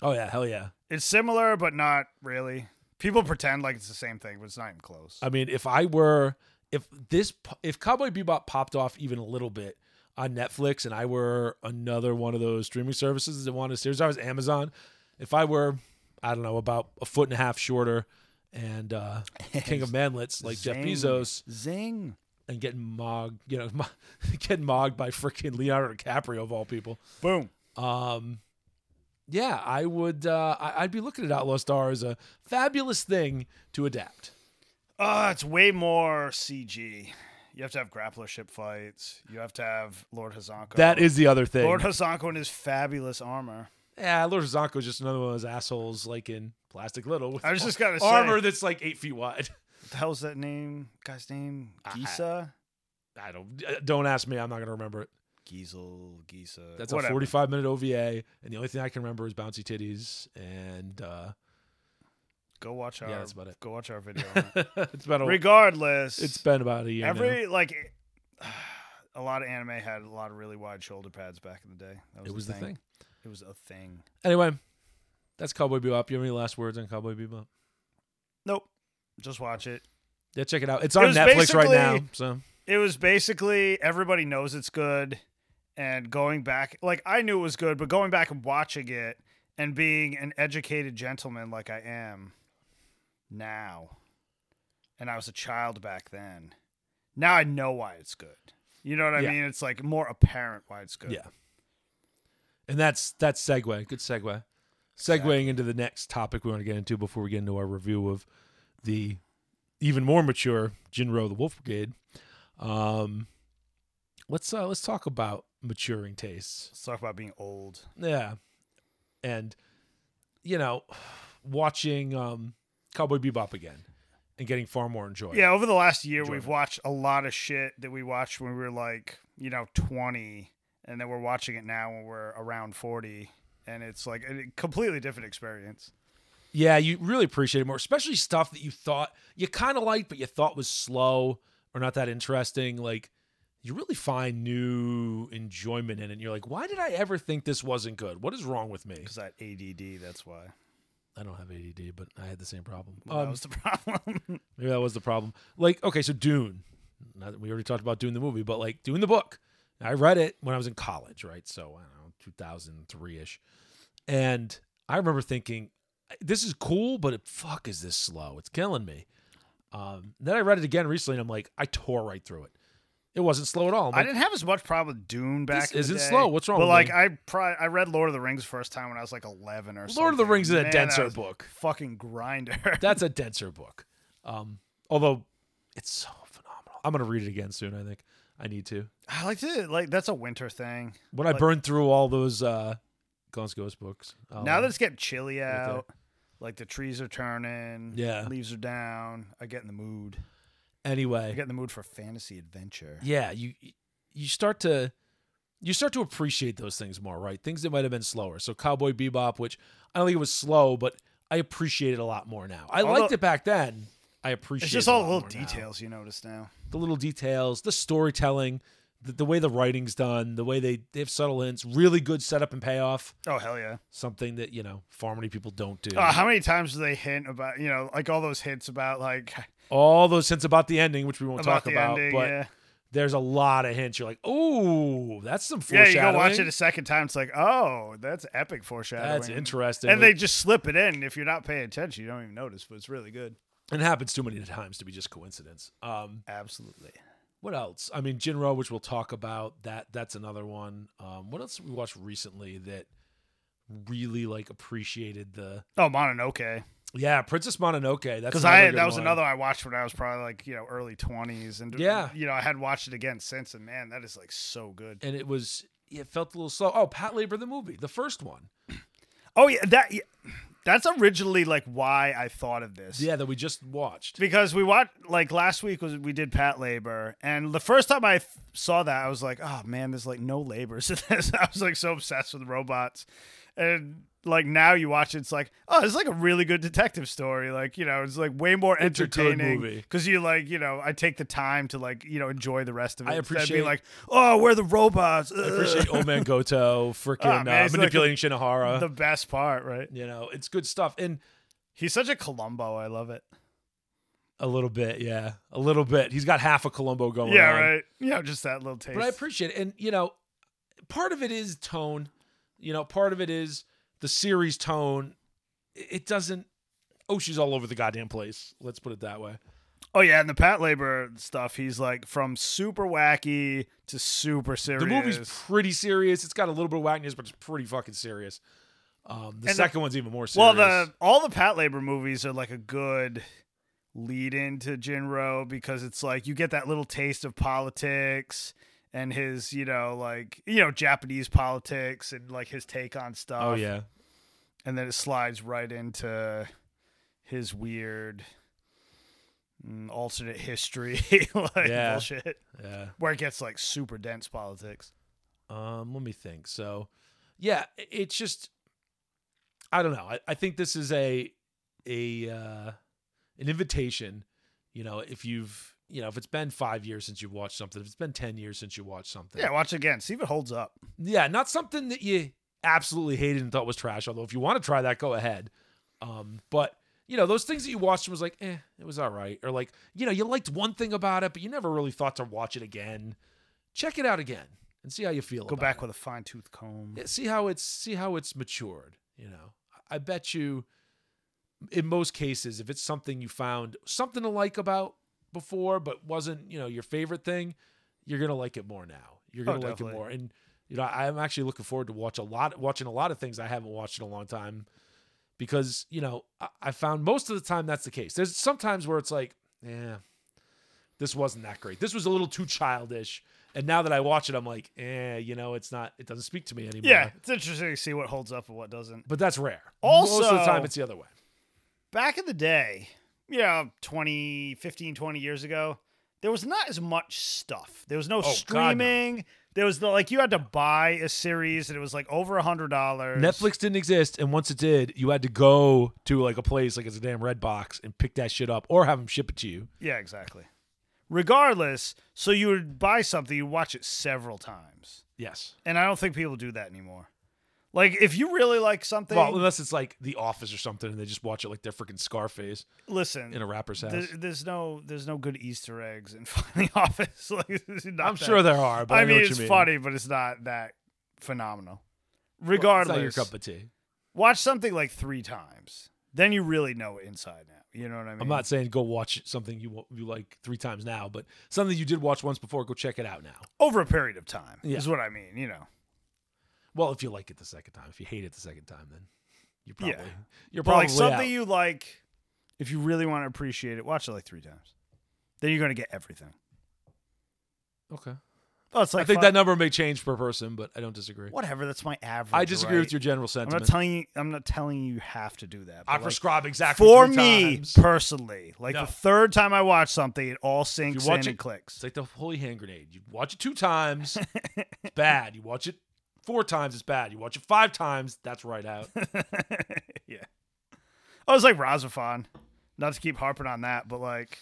Speaker 1: Oh yeah, hell yeah.
Speaker 2: It's similar, but not really. People pretend like it's the same thing, but it's not even close.
Speaker 1: I mean, if I were if this po- if Cowboy Bebop popped off even a little bit on Netflix and I were another one of those streaming services that wanted a series, I was Amazon. If I were, I don't know, about a foot and a half shorter and
Speaker 2: [laughs]
Speaker 1: uh King of Manlets like Jeff
Speaker 2: Zing.
Speaker 1: Bezos
Speaker 2: Zing.
Speaker 1: and getting mogged, you know, mo- [laughs] getting mogged by freaking Leonardo DiCaprio of all people.
Speaker 2: Boom.
Speaker 1: Um, yeah, I would. Uh, I- I'd be looking at Outlaw Star as a fabulous thing to adapt.
Speaker 2: Oh, it's way more CG. You have to have grapplership fights. You have to have Lord Hazanko.
Speaker 1: That is the other thing.
Speaker 2: Lord Hazanko in his fabulous armor.
Speaker 1: yeah, Lord Zonko is just another one of those assholes, like in Plastic Little, with
Speaker 2: I was just gonna say-
Speaker 1: armor that's like eight feet wide. [laughs]
Speaker 2: What the hell's that name? Guy's name?
Speaker 1: I-
Speaker 2: Gisa.
Speaker 1: I don't. uh, Don't ask me. I'm not gonna remember it.
Speaker 2: Giesel. Gisa.
Speaker 1: That's
Speaker 2: whatever.
Speaker 1: a 45 minute OVA, and the only thing I can remember is bouncy titties, and
Speaker 2: [laughs]
Speaker 1: uh,
Speaker 2: Go watch our.
Speaker 1: Yeah, that's about it.
Speaker 2: Go watch
Speaker 1: [laughs]
Speaker 2: our video. on it.
Speaker 1: it's been a,
Speaker 2: Regardless,
Speaker 1: it's been about a year. now.
Speaker 2: every like [sighs] a lot of anime had a lot of really wide shoulder pads back in the day. That was
Speaker 1: it was the thing.
Speaker 2: It was a thing.
Speaker 1: Anyway, that's Cowboy Bebop. You have any last words on Cowboy Bebop?
Speaker 2: Nope. Just watch it.
Speaker 1: Yeah, check it out. It's
Speaker 2: It
Speaker 1: on
Speaker 2: was
Speaker 1: Netflix right now.
Speaker 2: basically-
Speaker 1: So
Speaker 2: It was basically everybody knows it's good and going back like I knew it was good, but going back and watching it and being an educated gentleman like I am now. And I was a child back then. Now I know why it's good. You know what I
Speaker 1: Yeah.
Speaker 2: mean? It's like more apparent why it's good.
Speaker 1: yeah, and that's that's segue. Good segue. Segueing
Speaker 2: Exactly.
Speaker 1: into the next topic we want to get into before we get into our review of the even more mature Jinro the Wolf Brigade. Um, let's uh, let's talk about maturing tastes.
Speaker 2: Let's talk about being old.
Speaker 1: Yeah. And you know, watching um Cowboy Bebop again and getting far more enjoyment.
Speaker 2: Yeah, over the last year, we've
Speaker 1: Enjoyment.
Speaker 2: watched a lot of shit that we watched when we were like, you know, 20, and then we're watching it now when we're around 40, and it's like a completely different experience.
Speaker 1: Yeah, you really appreciate it more, especially stuff that you thought you kind of liked, but you thought was slow or not that interesting. Like, you really find new enjoyment in it. And you're like, why did I ever think this wasn't good? What is wrong with me?
Speaker 2: Because that ADD, that's why.
Speaker 1: I don't have ADD, but I had the same problem.
Speaker 2: Well,
Speaker 1: Um,
Speaker 2: that was the [laughs] problem.
Speaker 1: Maybe that was the problem. Like, okay, so Dune. Now that we already talked about Dune the movie, but like Dune the book. I read it when I was in college, right? So I don't know, 2003 ish. And I remember thinking, this is cool, but it, fuck, is this slow? It's killing me. Um, then I read it again recently, and I'm like, I tore right through it. It wasn't slow at all. I'm
Speaker 2: I
Speaker 1: like,
Speaker 2: didn't have as much problem with Dune back
Speaker 1: This
Speaker 2: in the
Speaker 1: isn't
Speaker 2: day,
Speaker 1: slow. What's wrong
Speaker 2: But
Speaker 1: with
Speaker 2: like,
Speaker 1: me?
Speaker 2: I pri- I read Lord of the Rings first time when I was like 11 or something.
Speaker 1: Lord of the Rings is a
Speaker 2: Man,
Speaker 1: denser
Speaker 2: that was
Speaker 1: book.
Speaker 2: Fucking grinder. [laughs]
Speaker 1: That's a denser book. Um, although it's so phenomenal. I'm going to read it again soon, I think. I need to.
Speaker 2: I like to, like, that's a winter thing.
Speaker 1: When I
Speaker 2: Like-
Speaker 1: burned through all those uh, Ghost Ghost books. um,
Speaker 2: now that it's getting chilly
Speaker 1: there.
Speaker 2: out, like the trees are turning,
Speaker 1: Yeah.
Speaker 2: leaves are down. I get in the mood. I
Speaker 1: anyway
Speaker 2: get in the mood for fantasy adventure.
Speaker 1: yeah you you start to you start to appreciate those things more right things that might have been slower so cowboy bebop which i don't think it was slow but i appreciate it a lot more now i
Speaker 2: Although-
Speaker 1: liked it back then i appreciate
Speaker 2: It's just
Speaker 1: it a
Speaker 2: all
Speaker 1: lot
Speaker 2: the little
Speaker 1: more now.
Speaker 2: details you notice now.
Speaker 1: the little details the storytelling the, the way the writing's done the way they they have subtle hints really good setup and payoff
Speaker 2: Oh hell yeah!
Speaker 1: something that you know far many people don't do
Speaker 2: Oh, how many times do they hint about you know like all those hints about like
Speaker 1: all those hints about the ending which we won't
Speaker 2: about
Speaker 1: talk
Speaker 2: the
Speaker 1: about
Speaker 2: ending?
Speaker 1: but
Speaker 2: yeah,
Speaker 1: there's a lot of hints you're like oh that's some
Speaker 2: yeah.
Speaker 1: foreshadowing
Speaker 2: You go watch it a second time. It's like oh, that's epic foreshadowing.
Speaker 1: That's interesting.
Speaker 2: And they just slip it in. If you're not paying attention, you don't even notice. But it's really good.
Speaker 1: it happens too many times to be just coincidence. Um,
Speaker 2: Absolutely.
Speaker 1: what else? I mean, Jinro, which we'll talk about. That that's another one. Um, what else did we watched recently that really like appreciated the
Speaker 2: Oh, Mononoke.
Speaker 1: yeah Princess Mononoke. That's
Speaker 2: Because
Speaker 1: another
Speaker 2: I
Speaker 1: good
Speaker 2: that was
Speaker 1: one.
Speaker 2: another I watched when I was probably like you know early twenties, and
Speaker 1: Yeah.
Speaker 2: you know I had watched it again since, and man, that is like so good.
Speaker 1: and it was it felt a little slow. Oh, Pat Labor the movie, the first one.
Speaker 2: Oh yeah, that yeah, that's originally like why I thought of this.
Speaker 1: Yeah, that we just watched.
Speaker 2: Because we watched like last week was we did Pat Labor, and the first time I f- saw that I was like, oh man, there's like no labors in [laughs] this. I was like so obsessed with robots, and like now you watch it, it's like oh, it's like a really good detective story. Like you know, it's like way more
Speaker 1: It's a good
Speaker 2: entertaining
Speaker 1: movie.
Speaker 2: because you like you know I take the time to like you know enjoy the rest of it.
Speaker 1: I
Speaker 2: instead of
Speaker 1: appreciate-
Speaker 2: being like oh, we're the robots.
Speaker 1: I
Speaker 2: [laughs]
Speaker 1: appreciate Old Man Goto, freaking
Speaker 2: Ah, man,
Speaker 1: uh,
Speaker 2: it's like
Speaker 1: manipulating Shinohara.
Speaker 2: [laughs] the best part, right?
Speaker 1: you know, it's good stuff. And
Speaker 2: He's such a Columbo. I love it.
Speaker 1: a little bit, yeah, a little bit. He's got half a Columbo going.
Speaker 2: yeah,
Speaker 1: on.
Speaker 2: right. Yeah, just that little taste.
Speaker 1: Oh, But I appreciate it. And, you know, part of it is tone. You know, part of it is the series tone. It it doesn't. Oh, she's all over the goddamn place. Let's put it that way.
Speaker 2: Oh yeah, and the Pat Labor stuff, he's like from super wacky to super serious.
Speaker 1: The movie's pretty serious. It's got a little bit of wackiness, but it's pretty fucking serious. Um, the
Speaker 2: the-
Speaker 1: second one's even more
Speaker 2: well,
Speaker 1: serious.
Speaker 2: the all the Pat Labor movies are like a good lead into Jinro because it's like you get that little taste of politics and his, you know, like you know Japanese politics and like his take on stuff.
Speaker 1: oh yeah,
Speaker 2: and then it slides right into his weird mm, alternate history [laughs] like
Speaker 1: Yeah.
Speaker 2: bullshit
Speaker 1: yeah.
Speaker 2: where it gets like super dense politics.
Speaker 1: Um, let me think. So, yeah, i- it's just I don't know. I, I think this is a a uh, an invitation. You know, if you've you know if it's been five years since you've watched something, if it's been ten years since you watched something,
Speaker 2: Yeah, watch it again. See if it holds up.
Speaker 1: yeah, not something that you absolutely hated and thought was trash. Although, if you want to try that, go ahead. Um, but you know, those things that you watched and was like, eh, it was all right, or like, you know, you liked one thing about it, but you never really thought to watch it again. Check it out again and see how you feel.
Speaker 2: Go
Speaker 1: about
Speaker 2: back
Speaker 1: it.
Speaker 2: with a fine tooth comb.
Speaker 1: Yeah, see how it's see how it's matured you know i I bet you in most cases if it's something you found something to like about before but wasn't you know your favorite thing you're gonna like it more now you're
Speaker 2: Oh,
Speaker 1: gonna like it
Speaker 2: definitely.
Speaker 1: more and you know i'm actually looking forward to watch a lot watching a lot of things i haven't watched in a long time because you know i, I found most of the time that's the case there's sometimes where it's like yeah this wasn't that great this was a little too childish and now that i watch it i'm like eh you know it's not it doesn't speak to me anymore
Speaker 2: Yeah, it's interesting to see what holds up and what doesn't.
Speaker 1: but that's rare. most of the
Speaker 2: Also-
Speaker 1: time it's the other way.
Speaker 2: Back in the day, you know, 20, 15, 20 years ago, there was not as much stuff. There was no
Speaker 1: Oh, God, no.
Speaker 2: streaming. There was no, like you had to buy a series and it was like over a hundred dollars.
Speaker 1: Netflix didn't exist, and once it did, you had to go to like a place like it's a damn red box and pick that shit up, or have them ship it to you.
Speaker 2: Yeah, exactly. Regardless, so you would buy something, you watch it several times.
Speaker 1: Yes.
Speaker 2: And I don't think people do that anymore. Like if you really like something,
Speaker 1: Well, unless it's like The Office or something, and they just watch it like they're freaking Scarface
Speaker 2: listen,
Speaker 1: in a rapper's house.
Speaker 2: There, there's no there's no good Easter eggs in [laughs] Funny Office. [laughs] like, it's not
Speaker 1: I'm
Speaker 2: that-
Speaker 1: sure there are, but I,
Speaker 2: I mean,
Speaker 1: know what
Speaker 2: it's
Speaker 1: you mean.
Speaker 2: funny, but it's not that phenomenal.
Speaker 1: Well, it's
Speaker 2: Regardless,
Speaker 1: not your cup of tea.
Speaker 2: watch something like three times, then you really know it inside out. You know what I mean?
Speaker 1: I'm not saying go watch something you wa- you like three times now, but something you did watch once before, go check it out now.
Speaker 2: over a period of time
Speaker 1: Yeah.
Speaker 2: is what I mean. You know,
Speaker 1: Well, if you like it the second time, if you hate it the second time, then you're probably
Speaker 2: Yeah.
Speaker 1: you're
Speaker 2: but
Speaker 1: probably
Speaker 2: like something
Speaker 1: out.
Speaker 2: you like, if you really want to appreciate it, watch it like three times. Then you're gonna get everything.
Speaker 1: okay.
Speaker 2: Oh, it's like
Speaker 1: I think
Speaker 2: fun-
Speaker 1: that number may change per person, but I don't disagree.
Speaker 2: whatever. That's my average.
Speaker 1: I disagree
Speaker 2: right?
Speaker 1: with your general
Speaker 2: I'm not
Speaker 1: sentiment.
Speaker 2: telling you. I'm not telling you you have to do that.
Speaker 1: I
Speaker 2: but, like,
Speaker 1: prescribe exactly
Speaker 2: for
Speaker 1: three
Speaker 2: me
Speaker 1: times.
Speaker 2: personally, like
Speaker 1: No.
Speaker 2: the third time I watch something, it all sinks
Speaker 1: You watch
Speaker 2: in
Speaker 1: it-
Speaker 2: and clicks.
Speaker 1: It's like the holy hand grenade. You watch it two times,
Speaker 2: [laughs]
Speaker 1: it's bad. You watch it four times, it's bad. You watch it five times, that's right
Speaker 2: [laughs]
Speaker 1: out.
Speaker 2: yeah. I was like Razafon. Not to keep harping on that, but like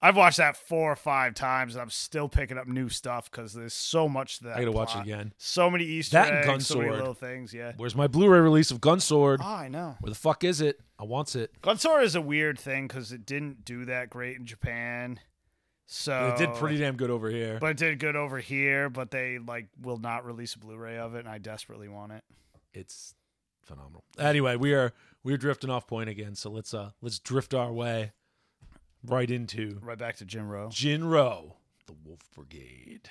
Speaker 2: I've watched that four or five times and I'm still picking up new stuff because there's so much to that.
Speaker 1: I gotta watch it
Speaker 2: plot.
Speaker 1: again.
Speaker 2: So many Easter
Speaker 1: That and
Speaker 2: eggs, so many
Speaker 1: Gunsword.
Speaker 2: little things. Yeah.
Speaker 1: Where's my Blu-ray release of Gunsword?
Speaker 2: Oh, I know.
Speaker 1: Where the fuck is it? I wants it.
Speaker 2: Gunsword is a weird thing because it didn't do that great in Japan. So
Speaker 1: But it did pretty damn good over here.
Speaker 2: But it did good over here, but they like will not release a Blu-ray of it, and I desperately want it.
Speaker 1: It's phenomenal. Anyway, we are we're drifting off point again, so let's uh let's drift our way right into
Speaker 2: Right back to Jim Rowe.
Speaker 1: Jinro, the Wolf Brigade.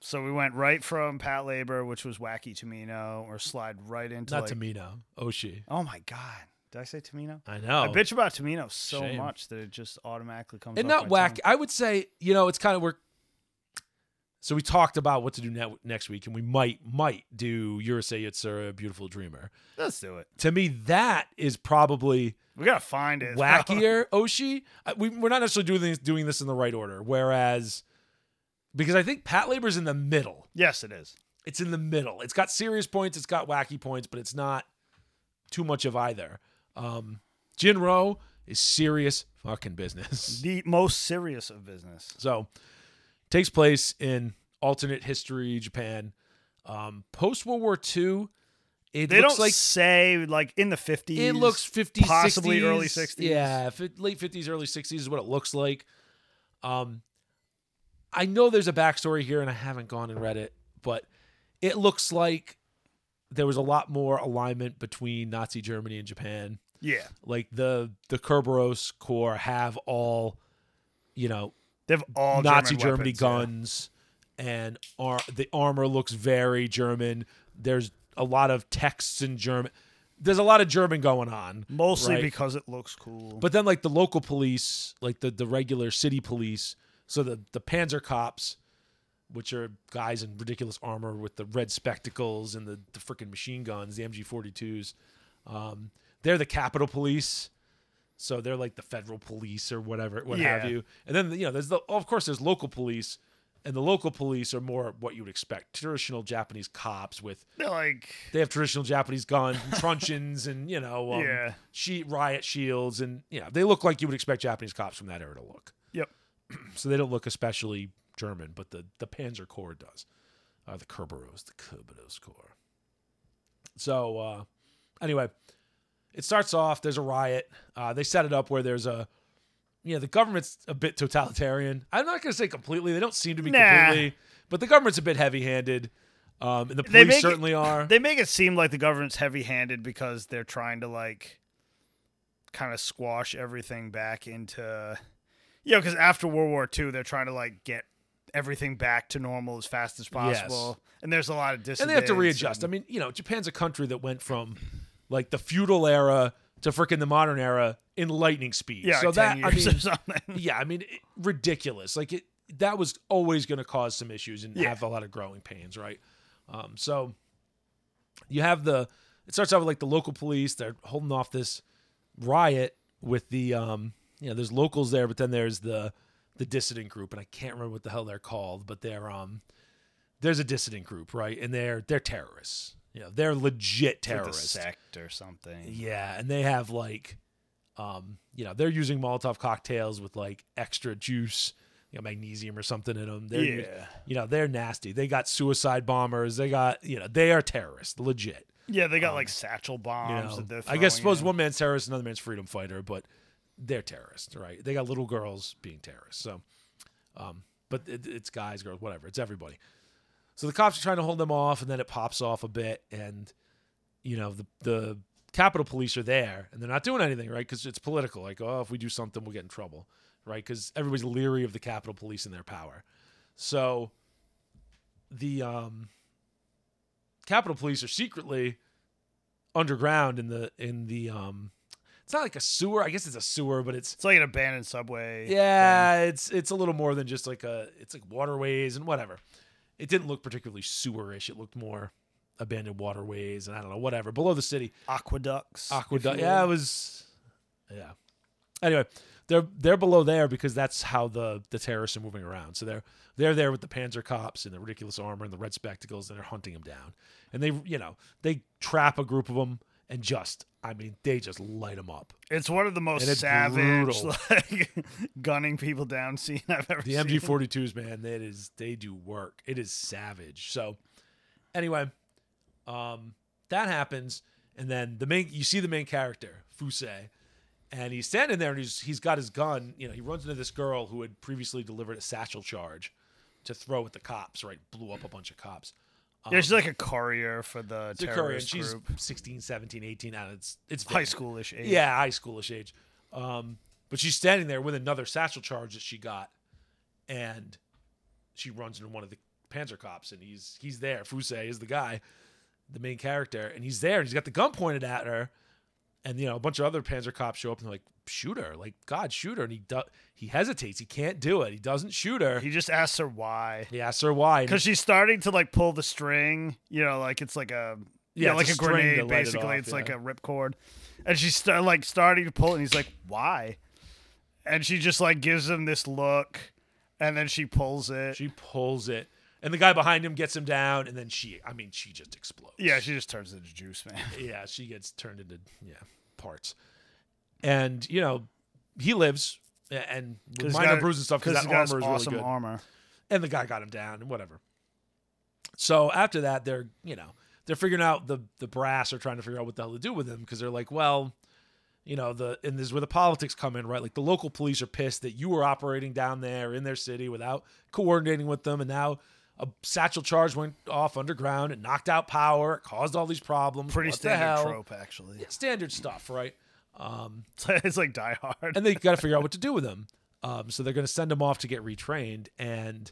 Speaker 2: So we went right from Pat Labor, which was wacky Tomino, or slide right into
Speaker 1: Not
Speaker 2: like,
Speaker 1: Tamino, Oshi.
Speaker 2: Oh my god, did I say Tomino?
Speaker 1: I know.
Speaker 2: I bitch about Tomino so
Speaker 1: Oh. Shame.
Speaker 2: much that it just automatically comes.
Speaker 1: and
Speaker 2: off
Speaker 1: not
Speaker 2: my
Speaker 1: whack. I would say you know it's kind of where So we talked about what to do ne- next week, and we might might do Yurusei Yatsura, Beautiful Dreamer.
Speaker 2: Let's do it.
Speaker 1: To me, that is probably
Speaker 2: We gotta find [laughs] it. bro.
Speaker 1: wackier Oshi. I- We, we're not necessarily doing this, doing this in the right order. Whereas, because I think Pat Labor's in the middle.
Speaker 2: Yes, it is.
Speaker 1: It's in the middle. It's got serious points. It's got wacky points, but it's not too much of either. Um, Jinro is serious fucking business. [laughs]
Speaker 2: The most serious of business.
Speaker 1: So, takes place in alternate history Japan, um, post World War II. It
Speaker 2: They
Speaker 1: looks
Speaker 2: don't
Speaker 1: like
Speaker 2: say like in the fifties.
Speaker 1: it looks 50s,
Speaker 2: possibly
Speaker 1: 60s.
Speaker 2: early 60s.
Speaker 1: Yeah, fi- late 50s, early 60s is what it looks like. Um, I know there's a backstory here, and I haven't gone and read it, but it looks like there was a lot more alignment between Nazi Germany and Japan
Speaker 2: Yeah,
Speaker 1: like the the Kerberos Corps have all, you know,
Speaker 2: they have all
Speaker 1: Nazi
Speaker 2: German
Speaker 1: Germany
Speaker 2: weapons, yeah.
Speaker 1: guns, and ar- the armor looks very German. There's a lot of texts in German. There's a lot of German going on,
Speaker 2: mostly
Speaker 1: right?
Speaker 2: because it looks cool.
Speaker 1: but then like the local police, like the the regular city police, so the the Panzer cops, which are guys in ridiculous armor with the red spectacles and the the freaking machine guns, the MG42s. Um, they're the capital police. So they're like the federal police or whatever, what have
Speaker 2: Yeah.
Speaker 1: you. And then you know, there's the of course there's local police, and the local police are more what you would expect, traditional Japanese cops with
Speaker 2: they're like
Speaker 1: they have traditional Japanese
Speaker 2: [laughs]
Speaker 1: guns, and truncheons, and you know, um,
Speaker 2: Yeah.
Speaker 1: she- riot shields, and you know, they look like you would expect Japanese cops from that era to look.
Speaker 2: Yep.
Speaker 1: [clears throat] so they don't look especially German, but the the Panzer Corps does, uh, the Kerberos, the Kerberos Corps. So uh, anyway, it starts off. There's a riot. Uh, they set it up where there's a yeah, the government's a bit totalitarian. I'm not gonna say completely. They don't seem to be
Speaker 2: Nah.
Speaker 1: completely, but the government's a bit heavy-handed, um, and the
Speaker 2: They
Speaker 1: police
Speaker 2: make it-
Speaker 1: certainly are.
Speaker 2: they make it seem like the government's heavy-handed because they're trying to like kind of squash everything back into you know because after world war ii they're trying to like get everything back to normal as fast as possible and there's a lot of
Speaker 1: and
Speaker 2: dissidents
Speaker 1: they have to readjust. I
Speaker 2: and-
Speaker 1: mean, you know, Japan's a country that went from like the feudal era to freaking the modern era in lightning speed.
Speaker 2: yeah
Speaker 1: so
Speaker 2: like
Speaker 1: that
Speaker 2: 10
Speaker 1: I
Speaker 2: years
Speaker 1: mean, [laughs]
Speaker 2: or something
Speaker 1: yeah, I mean, it, ridiculous. Like it, that was always going to cause some issues and
Speaker 2: Yeah.
Speaker 1: have a lot of growing pains, right? Um, so you have the. It starts out with like the local police. They're holding off this riot with the. Um, you know, there's locals there, but then there's the the dissident group, and I can't remember what the hell they're called, but they're um. There's a dissident group, right? And they're they're terrorists. You know, they're legit
Speaker 2: Like the
Speaker 1: terrorists.
Speaker 2: sect or something
Speaker 1: Yeah, and they have like, um, you know, they're using Molotov cocktails with like extra juice, you know, magnesium or something in them. They're, u-
Speaker 2: Yeah.
Speaker 1: you know, they're nasty. They got suicide bombers. They got, you know, they are terrorists, legit.
Speaker 2: yeah they got like satchel bombs
Speaker 1: um, You
Speaker 2: that
Speaker 1: know,
Speaker 2: they're
Speaker 1: I guess
Speaker 2: throwing
Speaker 1: suppose
Speaker 2: in.
Speaker 1: one man's terrorist, another man's freedom fighter, but they're terrorists, right? They got little girls being terrorists. So, um, but it, it's guys, girls, whatever. It's everybody. So the cops are trying to hold them off, and then it pops off a bit, and you know the the Capitol Police are there, and they're not doing anything, right? Because it's political. Like, oh, if we do something, we'll get in trouble, right? Because everybody's leery of the Capitol Police and their power. So the um, Capitol Police are secretly underground in the in the um, it's not like a sewer. I guess it's a sewer, but it's
Speaker 2: it's like an abandoned subway
Speaker 1: yeah, it's it's a little more than just like a it's like waterways and whatever. It didn't look particularly sewerish. It looked more abandoned waterways and I don't know whatever below the city
Speaker 2: aqueducts if
Speaker 1: aqueduct.
Speaker 2: you
Speaker 1: Yeah, it
Speaker 2: will.
Speaker 1: was. Yeah. Anyway, they're they're below there because that's how the the terrorists are moving around. So they're they're there with the Panzer cops and the ridiculous armor and the red spectacles, and they're hunting them down. And they you know they trap a group of them and just I mean they just light them up.
Speaker 2: It's one of the most
Speaker 1: And it's
Speaker 2: savage,
Speaker 1: brutal.
Speaker 2: [laughs] like gunning people down scene [laughs] I've ever
Speaker 1: The
Speaker 2: seen.
Speaker 1: MG 42s, man, that is they do work. It is savage. So anyway, um that happens and then the main you see the main character, Fusei, and he's standing there and he's he's got his gun, you know, he runs into this girl who had previously delivered a satchel charge to throw at the cops, right? Blew up a bunch of cops.
Speaker 2: There's like a courier for the
Speaker 1: It's a courier, and
Speaker 2: terrorist
Speaker 1: she's
Speaker 2: group,
Speaker 1: 16, 17, 18, and it's it's
Speaker 2: high
Speaker 1: vague.
Speaker 2: schoolish age.
Speaker 1: Yeah, high schoolish age. Um, but she's standing there with another satchel charge that she got, and she runs into one of the Panzer cops, and he's he's there. Fusei is the guy, the main character, and he's there. And he's got the gun pointed at her, and you know a bunch of other Panzer cops show up and they're like, "Shoot her! Like God, shoot her!" And he do- he hesitates. He can't do it. He doesn't shoot her.
Speaker 2: He just asks her why.
Speaker 1: He asks her why. and-
Speaker 2: Because she's starting to like pull the string, you know, like it's like a yeah,
Speaker 1: it's
Speaker 2: like a
Speaker 1: string to
Speaker 2: grenade
Speaker 1: let it
Speaker 2: basically.
Speaker 1: off,
Speaker 2: it's like
Speaker 1: yeah.
Speaker 2: a ripcord, and she's sta- like starting to pull, it, and he's like, "Why?" And she just like gives him this look, and then she pulls it.
Speaker 1: she pulls it, and the guy behind him gets him down, and then she. I mean, she just explodes.
Speaker 2: yeah, she just turns into juice, man. [laughs]
Speaker 1: yeah, she gets turned into yeah parts, and you know he lives a- and with
Speaker 2: he's
Speaker 1: minor
Speaker 2: got-
Speaker 1: bruises and stuff because
Speaker 2: he's
Speaker 1: that
Speaker 2: got this
Speaker 1: armor is
Speaker 2: awesome
Speaker 1: really good.
Speaker 2: armor.
Speaker 1: and the guy got him down and whatever. So after that, they're you know they're figuring out the the brass are trying to figure out what the hell to do with him because they're like, well, you know the and this is where the politics come in, right? Like the local police are pissed that you were operating down there in their city without coordinating with them, and now a satchel charge went off underground and knocked out power, it caused all these problems.
Speaker 2: Pretty
Speaker 1: What the
Speaker 2: standard
Speaker 1: hell?
Speaker 2: trope, actually.
Speaker 1: standard stuff, right? Um,
Speaker 2: [laughs] it's like Die Hard. [laughs]
Speaker 1: and they got to figure out what to do with him. Um, so they're going to send him off to get retrained, and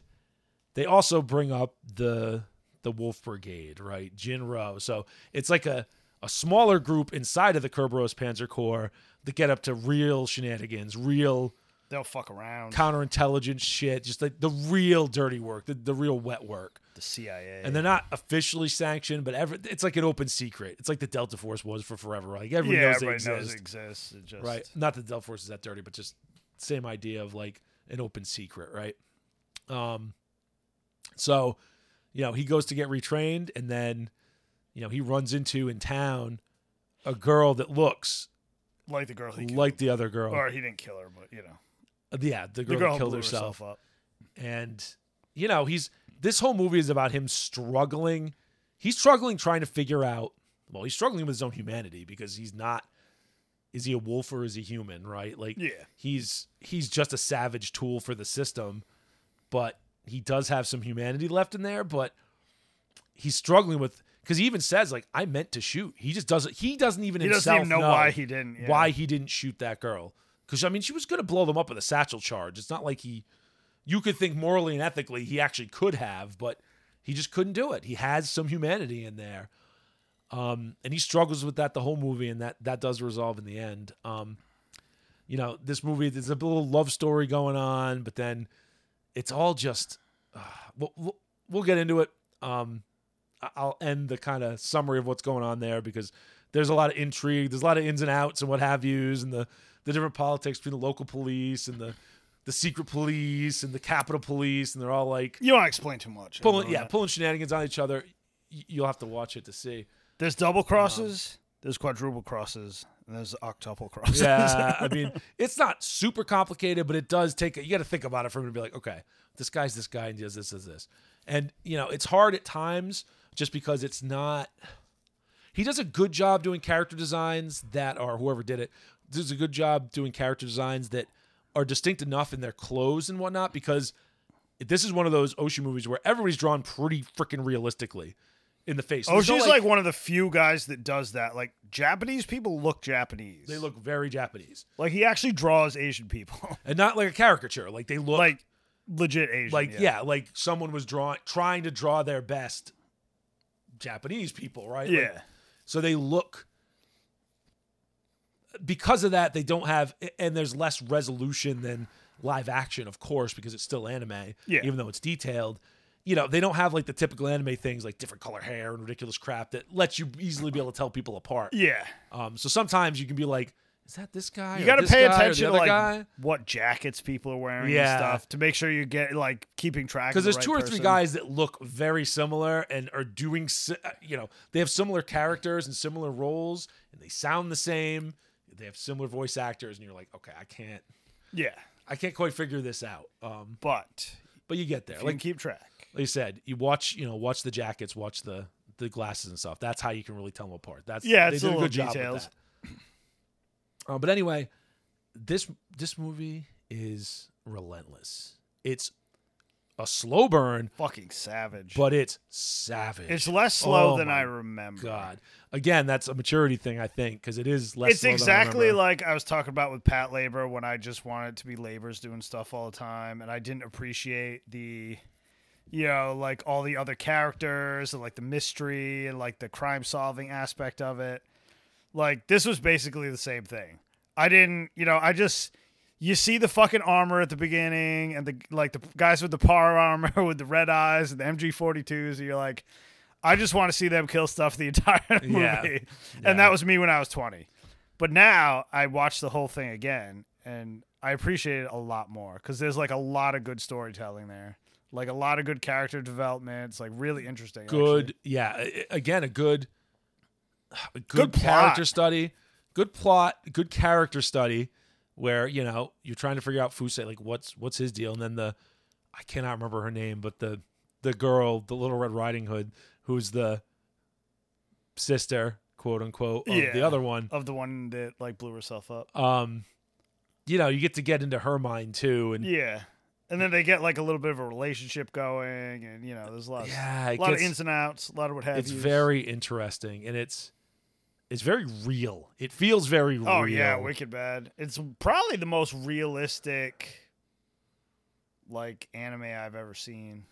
Speaker 1: they also bring up the the Wolf Brigade, right? Jinro. So it's like a a smaller group inside of the Kerberos Panzer Corps that get up to real shenanigans, real
Speaker 2: They'll fuck around.
Speaker 1: counterintelligence shit, just like the real dirty work, the, the real wet work.
Speaker 2: the CIA.
Speaker 1: And they're not officially sanctioned, but every, it's like an open secret. It's like the Delta Force was for forever. Like everyone
Speaker 2: yeah,
Speaker 1: knows they
Speaker 2: everybody
Speaker 1: exist.
Speaker 2: knows it exists. It just,
Speaker 1: Right. Not that Del Force is that dirty, but just same idea of like an open secret, right? Um so, you know, he goes to get retrained and then, you know, he runs into in town a girl that looks
Speaker 2: Like the girl he killed.
Speaker 1: like the other girl.
Speaker 2: or he didn't kill her, but you know,
Speaker 1: yeah, the
Speaker 2: the
Speaker 1: girl,
Speaker 2: girl
Speaker 1: that killed
Speaker 2: blew
Speaker 1: herself.
Speaker 2: up.
Speaker 1: And you know, he's this whole movie is about him struggling. He's struggling trying to figure out well, he's struggling with his own humanity because he's not is he a wolf or is he human, right? Like
Speaker 2: Yeah.
Speaker 1: he's he's just a savage tool for the system, but he does have some humanity left in there. But he's struggling with because he even says like I meant to shoot. He just doesn't. He doesn't even
Speaker 2: He
Speaker 1: himself
Speaker 2: doesn't even know, why he didn't. yeah.
Speaker 1: why he didn't shoot that girl. Because I mean, she was going to blow them up with a satchel charge. It's not like he. You could think morally and ethically he actually could have, but he just couldn't do it. He has some humanity in there, um, and he struggles with that the whole movie, and that that does resolve in the end. Um, you know, this movie there's a little love story going on, but then it's all just. Uh, we'll, we'll we'll get into it. Um, I- I'll end the kind of summary of what's going on there because there's a lot of intrigue, there's a lot of ins and outs and what have yous, and the the different politics between the local police and the the secret police and the Capitol police, and they're all like
Speaker 2: You don't want to explain too much. I
Speaker 1: pulling
Speaker 2: don't
Speaker 1: yeah
Speaker 2: know.
Speaker 1: pulling shenanigans on each other. Y- You'll have to watch it to see.
Speaker 2: There's double crosses. there's quadruple crosses. And there's octuple
Speaker 1: [laughs]
Speaker 2: crosses.
Speaker 1: Yeah, I mean, it's not super complicated, but it does take. A, you got to think about it for him to be like, okay, this guy's this guy and he does this, does this, and you know, it's hard at times just because it's not. He does a good job doing character designs that are whoever did it does a good job doing character designs that are distinct enough in their clothes and whatnot because this is one of those Oshi movies where everybody's drawn pretty freaking realistically in the face.
Speaker 2: [laughs] oh,
Speaker 1: There's no,
Speaker 2: she's like, one of the few guys that does that. Like Japanese people look Japanese.
Speaker 1: they look very Japanese
Speaker 2: like he actually draws Asian people. [laughs]
Speaker 1: and not like a caricature. Like they look
Speaker 2: like legit Asian.
Speaker 1: like yeah. like someone was drawing trying to draw their best japanese people right Like,
Speaker 2: yeah.
Speaker 1: so they look because of that they don't have and there's less resolution than live action of course because it's still anime
Speaker 2: Yeah.
Speaker 1: even though it's detailed you know they don't have like the typical anime things like different color hair and ridiculous crap that lets you easily be able to tell people apart
Speaker 2: yeah.
Speaker 1: um so sometimes you can be like is that this guy
Speaker 2: You
Speaker 1: got to
Speaker 2: pay attention
Speaker 1: or the
Speaker 2: to
Speaker 1: other
Speaker 2: like
Speaker 1: guy?
Speaker 2: what jackets people are wearing
Speaker 1: Yeah.
Speaker 2: and stuff to make sure you get like keeping track.
Speaker 1: because
Speaker 2: Because
Speaker 1: there's
Speaker 2: the right
Speaker 1: two or
Speaker 2: person.
Speaker 1: three guys that look very similar and are doing si- uh, you know they have similar characters and similar roles and they sound the same they have similar voice actors and you're like okay i can't
Speaker 2: Yeah,
Speaker 1: i can't quite figure this out um
Speaker 2: but
Speaker 1: but you get there
Speaker 2: you can
Speaker 1: like
Speaker 2: keep track.
Speaker 1: like you said you watch you know watch the jackets watch the the glasses and stuff that's how you can really tell them apart that's
Speaker 2: Yeah,
Speaker 1: they
Speaker 2: it's
Speaker 1: did
Speaker 2: the
Speaker 1: a good
Speaker 2: little
Speaker 1: job with
Speaker 2: details.
Speaker 1: that. Uh, but anyway this this movie is relentless it's a slow burn
Speaker 2: Fucking savage.
Speaker 1: but it's savage.
Speaker 2: it's less slow
Speaker 1: Oh
Speaker 2: than
Speaker 1: my
Speaker 2: I remember.
Speaker 1: God. Again, that's a maturity thing, I think, because it is less.
Speaker 2: It's
Speaker 1: slow than I
Speaker 2: exactly
Speaker 1: remember.
Speaker 2: like I was talking about with Pat Labor when I just wanted to be Labor's doing stuff all the time, and I didn't appreciate the, you know, like all the other characters and like the mystery and like the crime solving aspect of it. Like this was basically the same thing. I didn't, you know, I just you see the fucking armor at the beginning and the like the guys with the par armor [laughs] with the red eyes and the MG42s and you're like I just want to see them kill stuff the entire [laughs] movie.
Speaker 1: Yeah. Yeah.
Speaker 2: And that was me when I was 20. But now I watched the whole thing again and I appreciate it a lot more cuz there's like a lot of good storytelling there. Like a lot of good character development. It's like really interesting. actually.
Speaker 1: good yeah a- a- again a good a good,
Speaker 2: Good plot.
Speaker 1: character study good plot good character study where you know you're trying to figure out Fusei like what's what's his deal and then the I cannot remember her name but the the girl the little red riding hood who's the sister quote unquote of the
Speaker 2: Yeah.
Speaker 1: other one
Speaker 2: Of the one that like blew herself up.
Speaker 1: um you know you get to get into her mind too and
Speaker 2: Yeah. And then they get like a little bit of a relationship going, and you know, there's a lot,
Speaker 1: yeah
Speaker 2: of,
Speaker 1: it
Speaker 2: a lot
Speaker 1: gets-
Speaker 2: of ins and outs, a lot of what have
Speaker 1: it's
Speaker 2: yous.
Speaker 1: very interesting and it's it's very real it feels very
Speaker 2: Oh
Speaker 1: real
Speaker 2: yeah, wicked bad. It's probably the most realistic, like anime I've ever seen.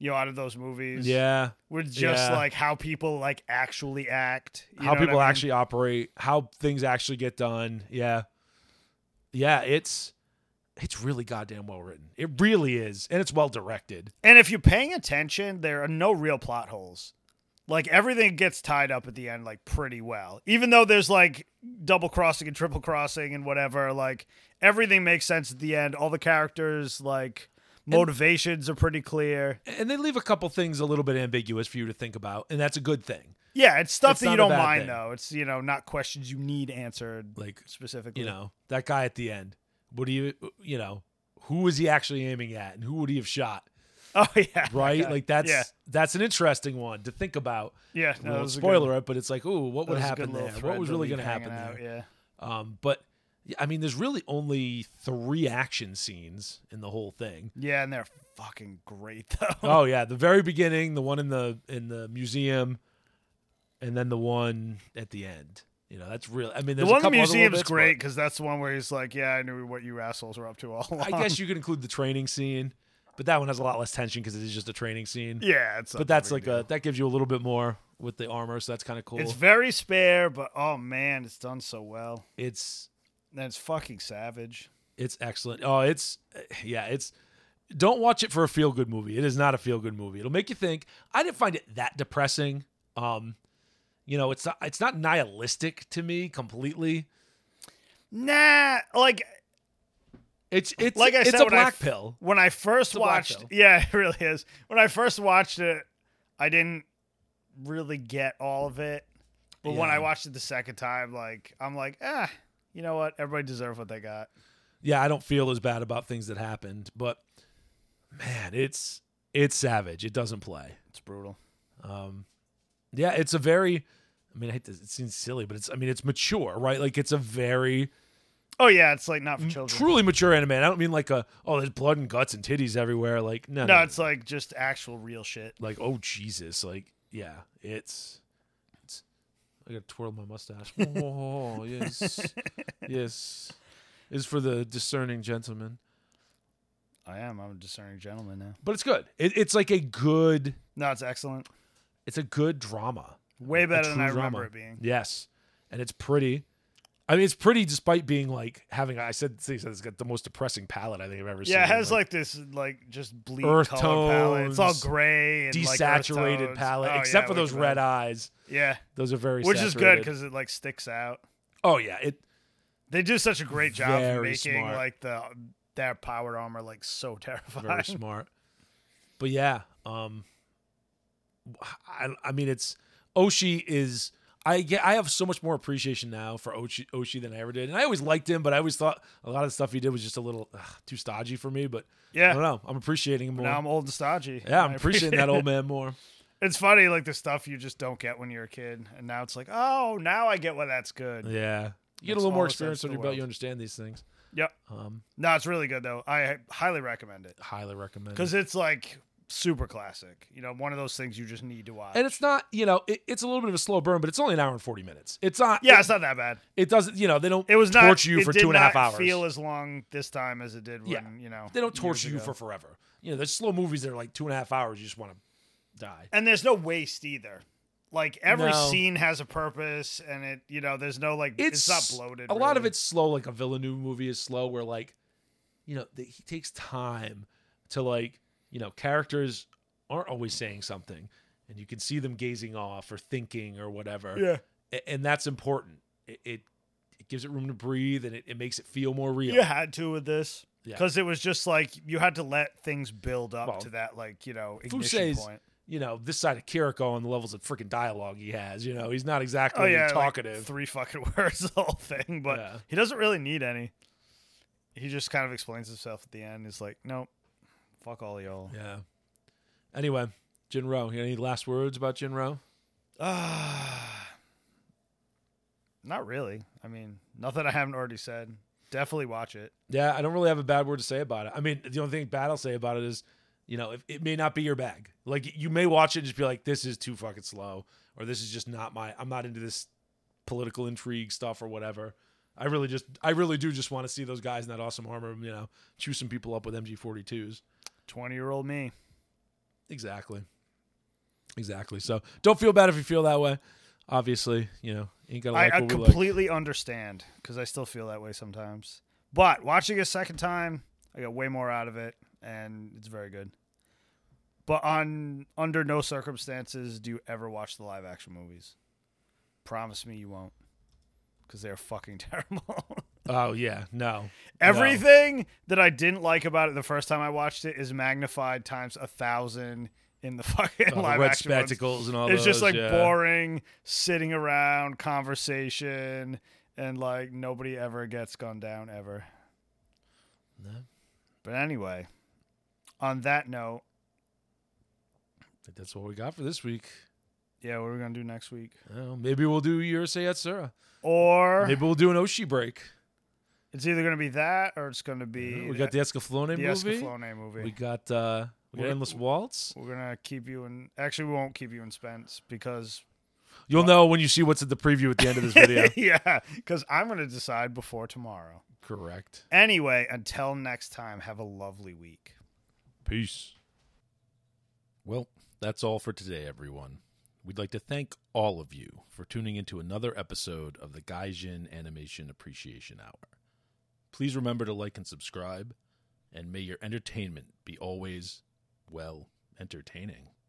Speaker 2: You know, out of those movies,
Speaker 1: Yeah.
Speaker 2: with just
Speaker 1: yeah.
Speaker 2: like how people like actually act, you know
Speaker 1: how
Speaker 2: what I
Speaker 1: people
Speaker 2: mean?
Speaker 1: actually operate, how things actually get done. Yeah. Yeah, it's it's really goddamn well written. It really is. And it's well directed.
Speaker 2: And if you're paying attention, there are no real plot holes. Like everything gets tied up at the end, like pretty well. Even though there's like double crossing and triple crossing and whatever, like everything makes sense at the end. All the characters, like motivations, are pretty clear.
Speaker 1: And they leave a couple things a little bit ambiguous for you to think about, and that's a good thing.
Speaker 2: Yeah, it's stuff
Speaker 1: It's
Speaker 2: that
Speaker 1: not
Speaker 2: you
Speaker 1: a
Speaker 2: don't
Speaker 1: bad
Speaker 2: mind
Speaker 1: thing.
Speaker 2: though. It's you know not questions you need answered
Speaker 1: Like,
Speaker 2: specifically.
Speaker 1: you know, that guy at the end. What do you you know, who was he actually aiming at and who would he have shot?
Speaker 2: [laughs] Oh yeah.
Speaker 1: Right?
Speaker 2: Okay.
Speaker 1: Like that's
Speaker 2: yeah.
Speaker 1: that's an interesting one to think about.
Speaker 2: Yeah.
Speaker 1: We
Speaker 2: No, that
Speaker 1: won't
Speaker 2: was a good-
Speaker 1: spoiler it, but it's like, ooh, what
Speaker 2: that
Speaker 1: would
Speaker 2: was a good
Speaker 1: happen
Speaker 2: little
Speaker 1: there? What
Speaker 2: thread
Speaker 1: was
Speaker 2: to
Speaker 1: really
Speaker 2: leave
Speaker 1: gonna
Speaker 2: hanging
Speaker 1: happen there?
Speaker 2: out, Yeah.
Speaker 1: Um, but yeah, I mean, there's really only three action scenes in the whole thing.
Speaker 2: Yeah, and they're fucking great [laughs] though.
Speaker 1: Oh yeah, the very beginning, the one in the in the museum, and then the one at the end. You know, that's real. I mean,
Speaker 2: The
Speaker 1: there's
Speaker 2: one
Speaker 1: a
Speaker 2: in the
Speaker 1: couple other little
Speaker 2: museum's
Speaker 1: bits,
Speaker 2: great because that's the one where he's like, "Yeah, I knew what you assholes were up to all
Speaker 1: but
Speaker 2: along."
Speaker 1: I guess you could include the training scene, but that one has a lot less tension because it is just a training scene.
Speaker 2: [laughs] yeah, it's
Speaker 1: but that's like a that gives you a little bit more with the armor, so that's kind of cool.
Speaker 2: It's
Speaker 1: It's,
Speaker 2: very spare, but oh man, it's done so well.
Speaker 1: it's
Speaker 2: And it's fucking savage.
Speaker 1: excellent. Oh, it's yeah, it's. Don't watch it for a feel good movie. It is not a feel good movie. It'll make you think. I didn't find it that depressing. Um, you know, it's not it's not nihilistic to me completely.
Speaker 2: Nah, like
Speaker 1: It's it's
Speaker 2: Like I
Speaker 1: it's
Speaker 2: said
Speaker 1: a
Speaker 2: when I
Speaker 1: black
Speaker 2: f-
Speaker 1: pill.
Speaker 2: when I first
Speaker 1: a black
Speaker 2: watched,
Speaker 1: pill.
Speaker 2: [laughs] yeah, it really is. When I first watched it, I didn't really get all of it. But when
Speaker 1: Yeah.
Speaker 2: I watched it the second time, like I'm like, ah, you know what? Everybody deserves what they got.
Speaker 1: Yeah, I don't feel as bad about things that happened, but man, it's it's savage. It doesn't play.
Speaker 2: It's brutal.
Speaker 1: Um, yeah, it's a very. I mean, I hate this. It seems silly, but it's. I mean, it's mature, right? Like it's a very
Speaker 2: Oh yeah, it's like
Speaker 1: Mm,
Speaker 2: not for children.
Speaker 1: truly mature anime. And I don't mean like a oh, there's blood and guts and titties everywhere. Like no,
Speaker 2: No, it's like just actual real shit.
Speaker 1: like oh Jesus, like yeah, it's it's. I gotta twirl my mustache. [laughs] Oh yes,
Speaker 2: [laughs]
Speaker 1: yes, is for the discerning gentleman.
Speaker 2: I am. I'm a discerning gentleman now.
Speaker 1: But it's good. It, it's like a good.
Speaker 2: No, it's excellent.
Speaker 1: It's a good drama.
Speaker 2: Way better than
Speaker 1: true
Speaker 2: I remember
Speaker 1: drama.
Speaker 2: it being.
Speaker 1: Yes, and it's pretty. I mean, it's pretty despite being like having. I said, see, said it's got the most depressing palette I think I've ever seen.
Speaker 2: Yeah, it has like, this like just bleak
Speaker 1: Earth
Speaker 2: color palette. It's all
Speaker 1: tones,
Speaker 2: gray and like, earth
Speaker 1: desaturated
Speaker 2: tones.
Speaker 1: palette,
Speaker 2: Oh,
Speaker 1: except
Speaker 2: yeah,
Speaker 1: for
Speaker 2: which
Speaker 1: those
Speaker 2: is
Speaker 1: red
Speaker 2: bad.
Speaker 1: eyes.
Speaker 2: Yeah,
Speaker 1: Those are very
Speaker 2: which is good
Speaker 1: saturated.
Speaker 2: because it like sticks out.
Speaker 1: oh yeah, it
Speaker 2: They do such a great job of
Speaker 1: Very
Speaker 2: making
Speaker 1: smart.
Speaker 2: like the their powered armor like so [laughs]
Speaker 1: [laughs]
Speaker 2: terrifying.
Speaker 1: very smart. But yeah, um, I, I mean, it's Oshi is. I get. I have so much more appreciation now for Oshi, Oshi than I ever did, and I always liked him, but I always thought a lot of the stuff he did was just a little ugh, too stodgy for me. But I don't
Speaker 2: Yeah.
Speaker 1: know. I'm appreciating him more.
Speaker 2: Now I'm old and stodgy.
Speaker 1: yeah, I'm
Speaker 2: [laughs] I
Speaker 1: appreciating
Speaker 2: appreciate
Speaker 1: that
Speaker 2: it.
Speaker 1: old man
Speaker 2: [laughs]
Speaker 1: more.
Speaker 2: It's funny, like the stuff you just don't get when you're a kid, and now it's like, oh, now I get why that's good.
Speaker 1: Yeah, you get a
Speaker 2: Makes
Speaker 1: little more
Speaker 2: all the sense
Speaker 1: experience
Speaker 2: in
Speaker 1: under
Speaker 2: the
Speaker 1: your belt.
Speaker 2: world.
Speaker 1: You understand these things.
Speaker 2: Yep.
Speaker 1: Um,
Speaker 2: No, it's really good though. I highly recommend it
Speaker 1: highly recommend. it.
Speaker 2: because it's like super classic. You know, one of those things you just need to watch.
Speaker 1: And it's not, you know, it, it's a little bit of a slow burn, but it's only an hour and forty minutes. It's not.
Speaker 2: yeah,
Speaker 1: it,
Speaker 2: it's not that bad.
Speaker 1: it doesn't. You know, they don't.
Speaker 2: It was not.
Speaker 1: torture you
Speaker 2: it
Speaker 1: for
Speaker 2: did
Speaker 1: two and a half
Speaker 2: not
Speaker 1: hours.
Speaker 2: Feel as long this time as it did when
Speaker 1: Yeah.
Speaker 2: you know
Speaker 1: they don't
Speaker 2: years
Speaker 1: torture you
Speaker 2: ago.
Speaker 1: for forever. You know, there's slow movies that are like two and a half hours. You just want to die.
Speaker 2: And there's no waste either. Like every
Speaker 1: No.
Speaker 2: scene has a purpose, and it you know there's no like it's, not bloated.
Speaker 1: A lot of
Speaker 2: really.
Speaker 1: it's slow, like a Villeneuve movie is slow, where like, you know, th- he takes time to like, you know, characters aren't always saying something, and you can see them gazing off or thinking or whatever,
Speaker 2: yeah
Speaker 1: A- and that's important. It, it it gives it room to breathe, and it, it makes it feel more real.
Speaker 2: you had to with this
Speaker 1: Yeah.
Speaker 2: because it was just like you had to let things build up
Speaker 1: Well,
Speaker 2: to that like you know
Speaker 1: Fouché
Speaker 2: ignition
Speaker 1: is
Speaker 2: point.
Speaker 1: You know, this side of Kiriko and the levels of freaking dialogue he has. You know, he's not exactly
Speaker 2: Oh yeah, like,
Speaker 1: talkative.
Speaker 2: three fucking [laughs] words the whole thing, but
Speaker 1: Yeah.
Speaker 2: he doesn't really need any. He just kind of explains himself at the end. He's like, nope, fuck all y'all.
Speaker 1: yeah. Anyway, Jinro, you got any last words about Jinro?
Speaker 2: Ah, [sighs] not really. I mean, nothing I haven't already said. Definitely watch it.
Speaker 1: Yeah, I don't really have a bad word to say about it. I mean, the only thing bad I'll say about it is, you know, if, it may not be your bag. Like you may watch it and just be like, this is too fucking slow, or this is just not my. I'm not into this political intrigue stuff or whatever. I really just, I really do just want to see those guys in that awesome armor, you know, chew some people up with MG42s.
Speaker 2: Twenty year old me.
Speaker 1: Exactly. Exactly. So don't feel bad if you feel that way. Obviously, you know, ain't gonna
Speaker 2: I,
Speaker 1: like
Speaker 2: I
Speaker 1: what we like.
Speaker 2: completely understand because I still feel that way sometimes. But watching it a second time, I got way more out of it, and it's very good. But on under no circumstances do you ever watch the live action movies. Promise me you won't, because they are fucking [laughs] terrible.
Speaker 1: Oh yeah,
Speaker 2: [laughs]
Speaker 1: no.
Speaker 2: Everything that I didn't like about it the first time I watched it is magnified times a thousand in the fucking
Speaker 1: No. Oh, the
Speaker 2: live
Speaker 1: red
Speaker 2: action. ones.
Speaker 1: spectacles and all.
Speaker 2: It's just
Speaker 1: those,
Speaker 2: like
Speaker 1: yeah.
Speaker 2: boring sitting around conversation and like nobody ever gets gunned down ever.
Speaker 1: No.
Speaker 2: But anyway, on that note,
Speaker 1: think that's what we got for this week.
Speaker 2: yeah, what are we gonna do next week?
Speaker 1: I don't know, maybe we'll do Yurusei Yatsura.
Speaker 2: Or
Speaker 1: Maybe we'll do an Oshi break.
Speaker 2: it's either gonna be that or it's gonna be
Speaker 1: We got the Escaflowne
Speaker 2: the
Speaker 1: movie.
Speaker 2: Escaflowne movie.
Speaker 1: We got uh, we got
Speaker 2: We're-
Speaker 1: Endless Waltz.
Speaker 2: We're gonna keep you in. Actually, we won't keep you in Spence
Speaker 1: [laughs]
Speaker 2: because
Speaker 1: You'll know when you see what's at the preview at the end of this
Speaker 2: [laughs]
Speaker 1: video.
Speaker 2: yeah, because I'm gonna decide before tomorrow.
Speaker 1: Correct.
Speaker 2: Anyway, until next time, have a lovely week.
Speaker 1: Peace. Well, that's all for today, everyone. We'd like to thank all of you for tuning into another episode of the Gaijin Animation Appreciation Hour. Please remember to like and subscribe, and may your entertainment be always, well, entertaining.